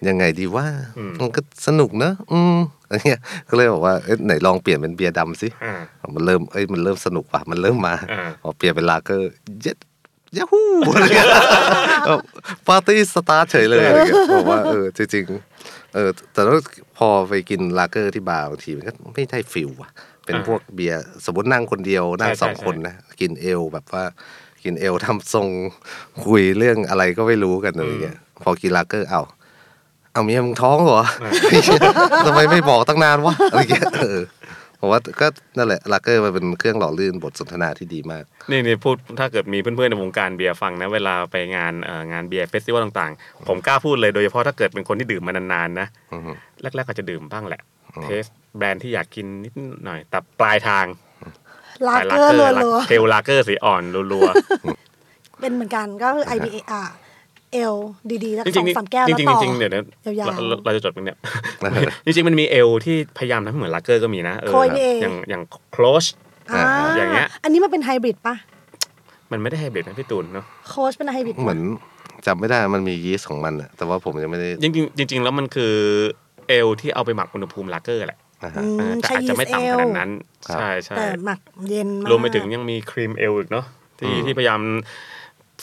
ยังไงดีว่า อืม มันก็สนุกนะ อืมอะไรเงี้ยก็เลยบอกว่าเอ้ยไหนลองเปลี่ยนเป็นเบียร์ดำสิ อ่า มันเริ่มเอ้ยมันเริ่มสนุกว่ะมันเริ่มมา อ่า พอเปลี่ยนเป็นลาเกอร์เย็ดยาฮูอะไรเงี้ย แบบปาร์ตี้สตาร์ทเฉยเลยอะไรเงี้ยบอกว่าเออจริงๆเออแต่ว่าพอไปกินลาเกอร์ที่บาร์บางทีมันก็ไม่ได้ฟิลว่ะ เป็นพวกเบียร์สมมตินั่งคนเดียวนั่งสองคนนะ กินเอลแบบว่ากินเอลทำทรงคุยเรื่องอะไรก็ไม่รู้กันอะไรเงี้ยพอกินลาเกอร์เอ้า เอาเมียมึงท้อง เหรอ ทำไมไม่บอกตั้งนานวะอะไรเงี้ยเออผมว่าก็นั่นแหละลักเกอร์มันเป็นเครื่องหล่อลื่นบทสนทนาที่ดีมาก นี่นี่พูดถ้าเกิดมีเพื่อนๆในวงการเบียร์ฟังนะเวลาไปงานเอ่องานเบียร์เฟสติวัลต่างๆ ผมกล้าพูดเลยโดยเฉพาะถ้าเกิดเป็นคนที่ดื่มมานานๆนะ อือฮึ แรกๆก็จะดื่มบ้างแหละ อืม เทสแบรนด์ที่อยากกินนิดหน่อย แต่ปลายทาง ลาเกอร์ แต่ รัว เทลลาเกอร์สีอ่อนรัว ๆเป็นเหมือนกันก็คือ IPA อ่ะเอลดีๆแล้ว ๆจ ส ริ องๆงนี่ สามแก้ว จ แล้ว ริง ต่อ ๆจริงๆเดี๋ยวนะ ยาวๆ เราเราจะจดมั นเนี่ย เออ จริงๆมันมีเอลที่พยายามทำให้เหมือนลาเกอร์ก็มีนะเออ โคยนี่เอง อย่างอย่างโคลช อ่า อย่างเงี้ย อันนี้มันเป็นไฮบริดปะ มันไม่ได้ไฮเบรดนะพี่ตูนเนาะ โค้ชเป็นไฮบริด เหมือนจำไม่ได้มันมียีสต์ของมันอะแต่ว่าผมยังไม่ได้ จริงๆจริงๆแล้วมันคือเอลที่เอาไปหมักอุณหภูมิลาเกอร์แหละ นะ อื ฮะ ม เออแต่ ใช้ อาจ ยี จะ ส ไม่ ต์เอ ต่ำข ล นาดนั้น ครับ ใช่ใช่ แต่หมักเย็นมาก รวมไปถึงยังมีครีมเอลอีกเนาะที่ที่พยายาม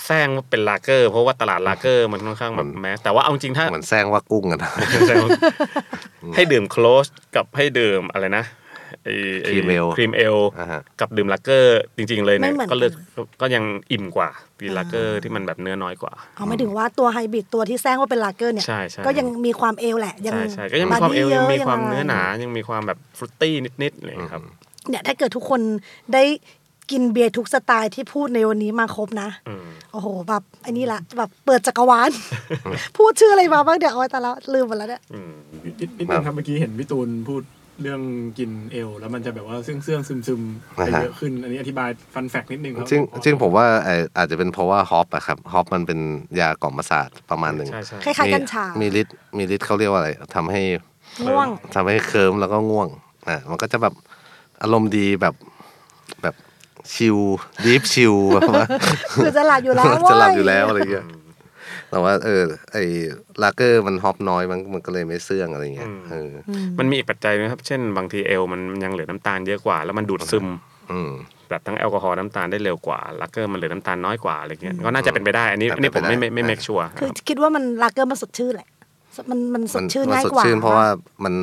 แซงว่าเป็นลาเกอร์ เพราะว่าตลาดลาเกอร์มันค่อนข้างแบบแมสแต่ว่าเอาจริงๆถ้า เหมือนแซงว่ากุ้งกันนะ ให้ดื่มโคลสกับให้ดื่มอะไรนะไอ้ไ ครีมเอล ครีมเอล อ่าฮะ กับดื่มลาเกอร์จริง ๆ เลยเนี่ย ไม่เหมือน ก็เลือกก็ยังอิ่มกว่าดีลาเกอร์ที่มันแบบเนื้อน้อยกว่า เอาไม่ถึงว่าตัวไฮบริดตัวที่แซงว่าเป็นลาเกอร์เนี่ย ใช่ใช่ ก็ยังมีความเอลแหละ ยัง ใช่ใช่ก็ยังมีความเอล บดี้ ยังมีความ ะไร เนื้อหนายังมีความแบบฟรุตตี้นิดๆอะไรอย่างเลยครับ เนี่ยถ้าเกิดทุกคนได้กินเบียร์ทุกสไตล์ที่พูดในวันนี้มาครบนะ อืม โอ้โหแบบอันนี้ละแบบเปิดจักรวาล พูดชื่ออะไรมาบ้างเดี๋ยวเอาไว้แต่ละลืมหมดแล้วเนี่ย อืม นิดนิดนิดนึงครับเมื่อกี้เห็นพี่ตูนพูดเรื่องกินเอล แล้วมันจะแบบว่าเสื่องเสื่องซึมซึมๆไป อ่าฮะ เยอะขึ้น อันนี้อธิบายฟันแฟกนิดนึงครั จริง พอ จริงผมว่าไอ้อาจจะเป็นเพราะว่าฮอปอะครับฮอปมันเป็นยากล่อมประสาทประมาณหนึ่ง ใช่ใช่ คล้ายๆกัญชาม มีฤทธิ์มีฤทธิ์เขาเรียกว่าอะไรทำให้ ง่วง ทำให้เคลิ้มแล้วก็ง่วง อ่ะมันก็จะแบบอารมณ์ดีแบบแบบชิลดีฟชิลแบบว่า คือจะหลับอยู่แล้วเว้ย จะหลับอยู่แล้วอะไรเงี้ย แต่ว่าเออไอ้ลาเกอร์มันฮอปน้อยมันมันก็เลยไม่เสื่องอะไรเงี้ยเออ มันมีอีกปัจจัยนะครับ เช่นบางทีเอลมันยังเหลือน้ำตาลเยอะกว่า แล้วมันดูดซึม อืม แบบทั้งแอลกอฮอล์น้ำตาลได้เร็วกว่าลักเกอร์มันเหลือน้ำตาลน้อยกว่าอะไรเงี้ยก็น่าจะเป็นไปได้อันนี้อันนี้ผมไม่ไม่ไม่เมคชัวร์ คือคิดว่ามันลาเกอร์มันสดชื่นแหละ มันมันสดชื่น มั ง่าย สด กว่า ชื่นเพราะว่ามัน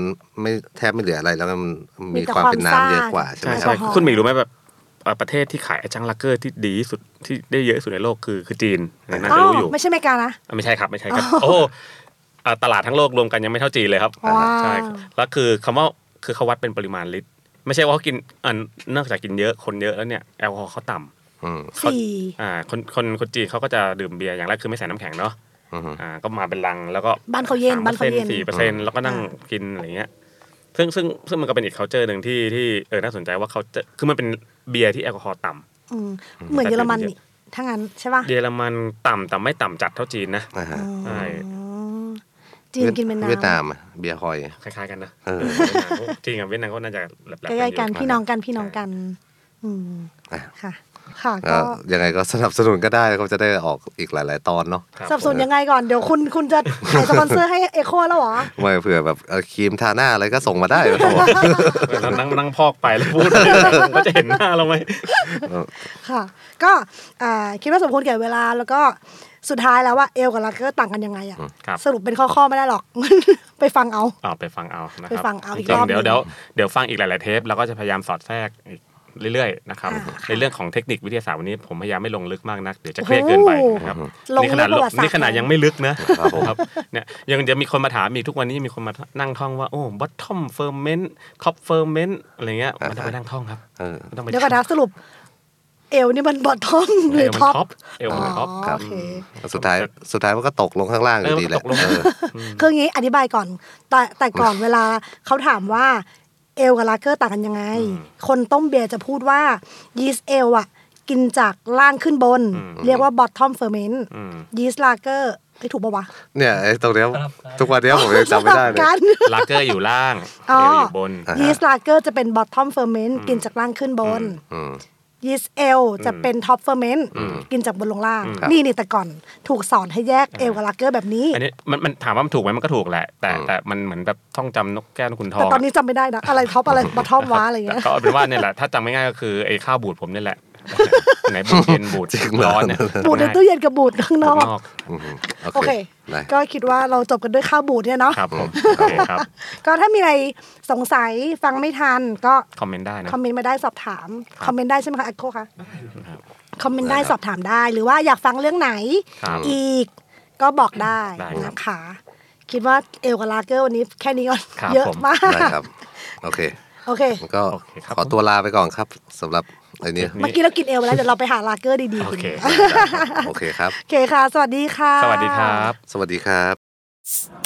ไม่แทบไม่เหลืออะไรแล้วมัน มี มี แต่ ความเป็น ความซ่า น้ำเยอะกว่าใช่ไหมคใช่ใช่ รับ แอลกอฮอล์ คุณหมีรู้ไหมแบบเอ่อประเทศที่ขายจังลักเกอร์ที่ดีที่สุดที่ได้เยอะที่สุดในโลกคือคือจีนน่า อ้า จะ ว รู้อยู่ ไม่ใช่อเมริกานะ อ่ะไม่ใช่ครับไม่ใช่ครับ โอ้อ่ะตลาดทั้งโลกรวมกันยังไม่เท่าจีนเลยครับ ว้าว ใช่แล้วคือคำว่าคือเขาวัดเป็นปริมาณลิตร ไม่ใช่ว่าเขากินอ่ะนอกจากกินเยอะคนเยอะแล้วเนี่ยแอลกอฮอล์เขาต่ำ อืม สี่ อ่าคนคนคนจีนเขาก็จะดื่มเบียร์อย่างแรกคือไม่ใส่น้ำแข็งเนาะ อือฮึ อ่าก็มาเป็นลังแล้วก็ บ้านเขาเย็นบ้านเขาเย็น สี่เปอร์เซ็นต์แล้วก็นั่ง อ่า กินอะไรเงี้ยซึ่งซึ่งซึ่งมันก็เป็นอีก culture หนึ่งที่ที่เออน่าสนใจว่าเขาจะคือมันเป็นเบียร์ที่แอลกอฮอล์ต่ำ อืมเหมือนเยอรมัน แต่เป็น นี่ถ้างั้นใช่ป่ะ เยอรมันต่ำแต่ไม่ต่ำจัดเท่าจีนนะ นะฮะ ใช่ อืมจีนกินเป็นน้ำ เวียดนามอะเบียร์ฮอย คล้ายๆกันนะ เออ จริงกับเวียดนามก็น่าจะแบบๆ ใกล้ๆกัน อยู่ พี่น้องกันพี่น้องกัน อืมค่ะ ค่ะ ก็ ก็ ยังไงก็สนับสนุนก็ได้เขาจะได้ออกอีกหลาย ๆ ตอนเนาะ ครับ สับสนยังไงก่อนเดี๋ยวคุณคุณจะขายสปอนเซอร์ให้เอโคแล้วเหรอ ไม่เผื่อแบบเอ่อครีมทาหน้าอะไรก็ส่งมาได้ นั่งนั่งนั่งพอกไปแล้ว พูดก็จะเห็นหน้าเราไหม ค่ะก็อ่าคิดว่าสมควรแก่เวลาแล้วก็สุดท้ายแล้วว่าเอลกับลักเกอร์ต่างกันยังไงอะ ครับ สรุปเป็นข้อๆไม่ได้หรอก ไปฟังเอา เอาไปฟังเอานะครับ ไปฟังเอาอีก จริ รอบ งๆเดี๋ยว หนึ่ เดี๋ยว ง เดี๋ยวฟังอีกหลาย ๆ เทป แล้วก็จะพยายามสอดแทรกอีก เรื่อยๆนะครับ อ่าค่ะ ในเรื่องของเทคนิควิทยาศาสตร์วันนี้ผมพยายามไม่ลงลึกมากนักเดี๋ยวจะเครียดเกินไปนะครับ โอ้โห นี่ขนาด ลงลึกประวัติศาสตร์ นี่ขนาดยังไม่ลึกนะ ครับผม ครับเนี่ยยังจะมีคนมาถามอีกทุกวันนี้มีคนมานั่งท่องว่าโอ้ bottom ferment top ferment อะไรเงี้ย อ่า มันต้องไปนั่งท่องครับ เออ มันต้องไป เดี๋ยวก่อนนะสรุป เอวนี่มันบอททอมห เอ รือ วมัน ท็อป ท็อปเอวมันท็อป อ๋อ ครับ โเค สุดท้ายสุดท้ายมันก็ตกลงข้างล่างอยู่ดีแหละ เออมันก็ตกลง เออ คืองี้อธิบายก่อน แต่แต่ก่อนเวลาเขาถามว่าเอลกับลาเกอร์ต่างกันยังไง คนต้มเบียร์จะพูดว่ายีสต์เอลอ่ะ กินจากล่างขึ้นบน เรียกว่าบอททอมเฟอร์เมนต์ อืม ยีสต์ลาเกอร์ไอ้ยถูกปะวะ เนี่ยไอ้ตรงเนี้ยทุกวันเนี้ยผมยังจำไม่ได้เลย กัน ลากเกอร์อยู่ล่าง อ๋อ เอวอยู่บน อ่าฮะ ยีสต์ลาเกอร์จะเป็นบอททอมเฟอร์เมนต์กินจากล่างขึ้นบน อืม ยีสเอลจะเป็นท็อปเฟอร์เมนต์กินจากบนลงล่าง ครับ นี่นี่แต่ก่อนถูกสอนให้แยกเอลกับลาเกอร์แบบนี้ อันนี้มันมันถามว่ามันถูกไหมมันก็ถูกแหละ แต่แต่มันเหมือนแบบท่องจำนกแก้วนกขุนท แต่ อง ตอนนี้จำไม่ได้นะ อะไรท็อปอะไรบอททอมวะอะไร แต่ เงี้ย ก็เอาเป็นว่าเนี่ยแหละถ้าจำไม่ง่ายก็คือไอ้ข้าวบูดผมเนี่ยแหละ ไหนบูดเย็นบูด จริงเหรอ ร้อนเนี่ย บูดในตู้เย็นกับบูดข้างน น อก อก อืม โอ โอ เค เคได้ ก็คิดว่าเราจบกันด้วยข้าวบูดเนี่ยเนาะ ครับผมโอเคครับ ก็ถ้ามีอะไรสงสัยฟังไม่ทัน ก็ คอมเมนต์ได้นะ คอมเมนต์มาได้สอบถาม คอมเมนต์ได้ใช่ไหมคะอโคคะ ครับ คอมเมนต์ได้สอบถามได้ หรือว่าอยากฟังเรื่องไหน ครับ อีกก็บอกได้ ได้ครับ นะคะ คิดว่าเอลกับลาเกอร์วันนี้แค่นี้ก่อน ครับ เยอะ ผม มาก ได้ครับ โอเค โอเค ก็ โอเคครับ ขอตัวลาไปก่อนครับสำหรับไอ้นี่ เมื่อกี้เรากินเอลไปแล้ว เดี๋ยวเราไปหาลาเกอร์ดีๆ โอ กิน เค นะ โอเคครับ โอเคค่ะ สวัสดีค่ะ สวัสดีครับ สวัสดีครับ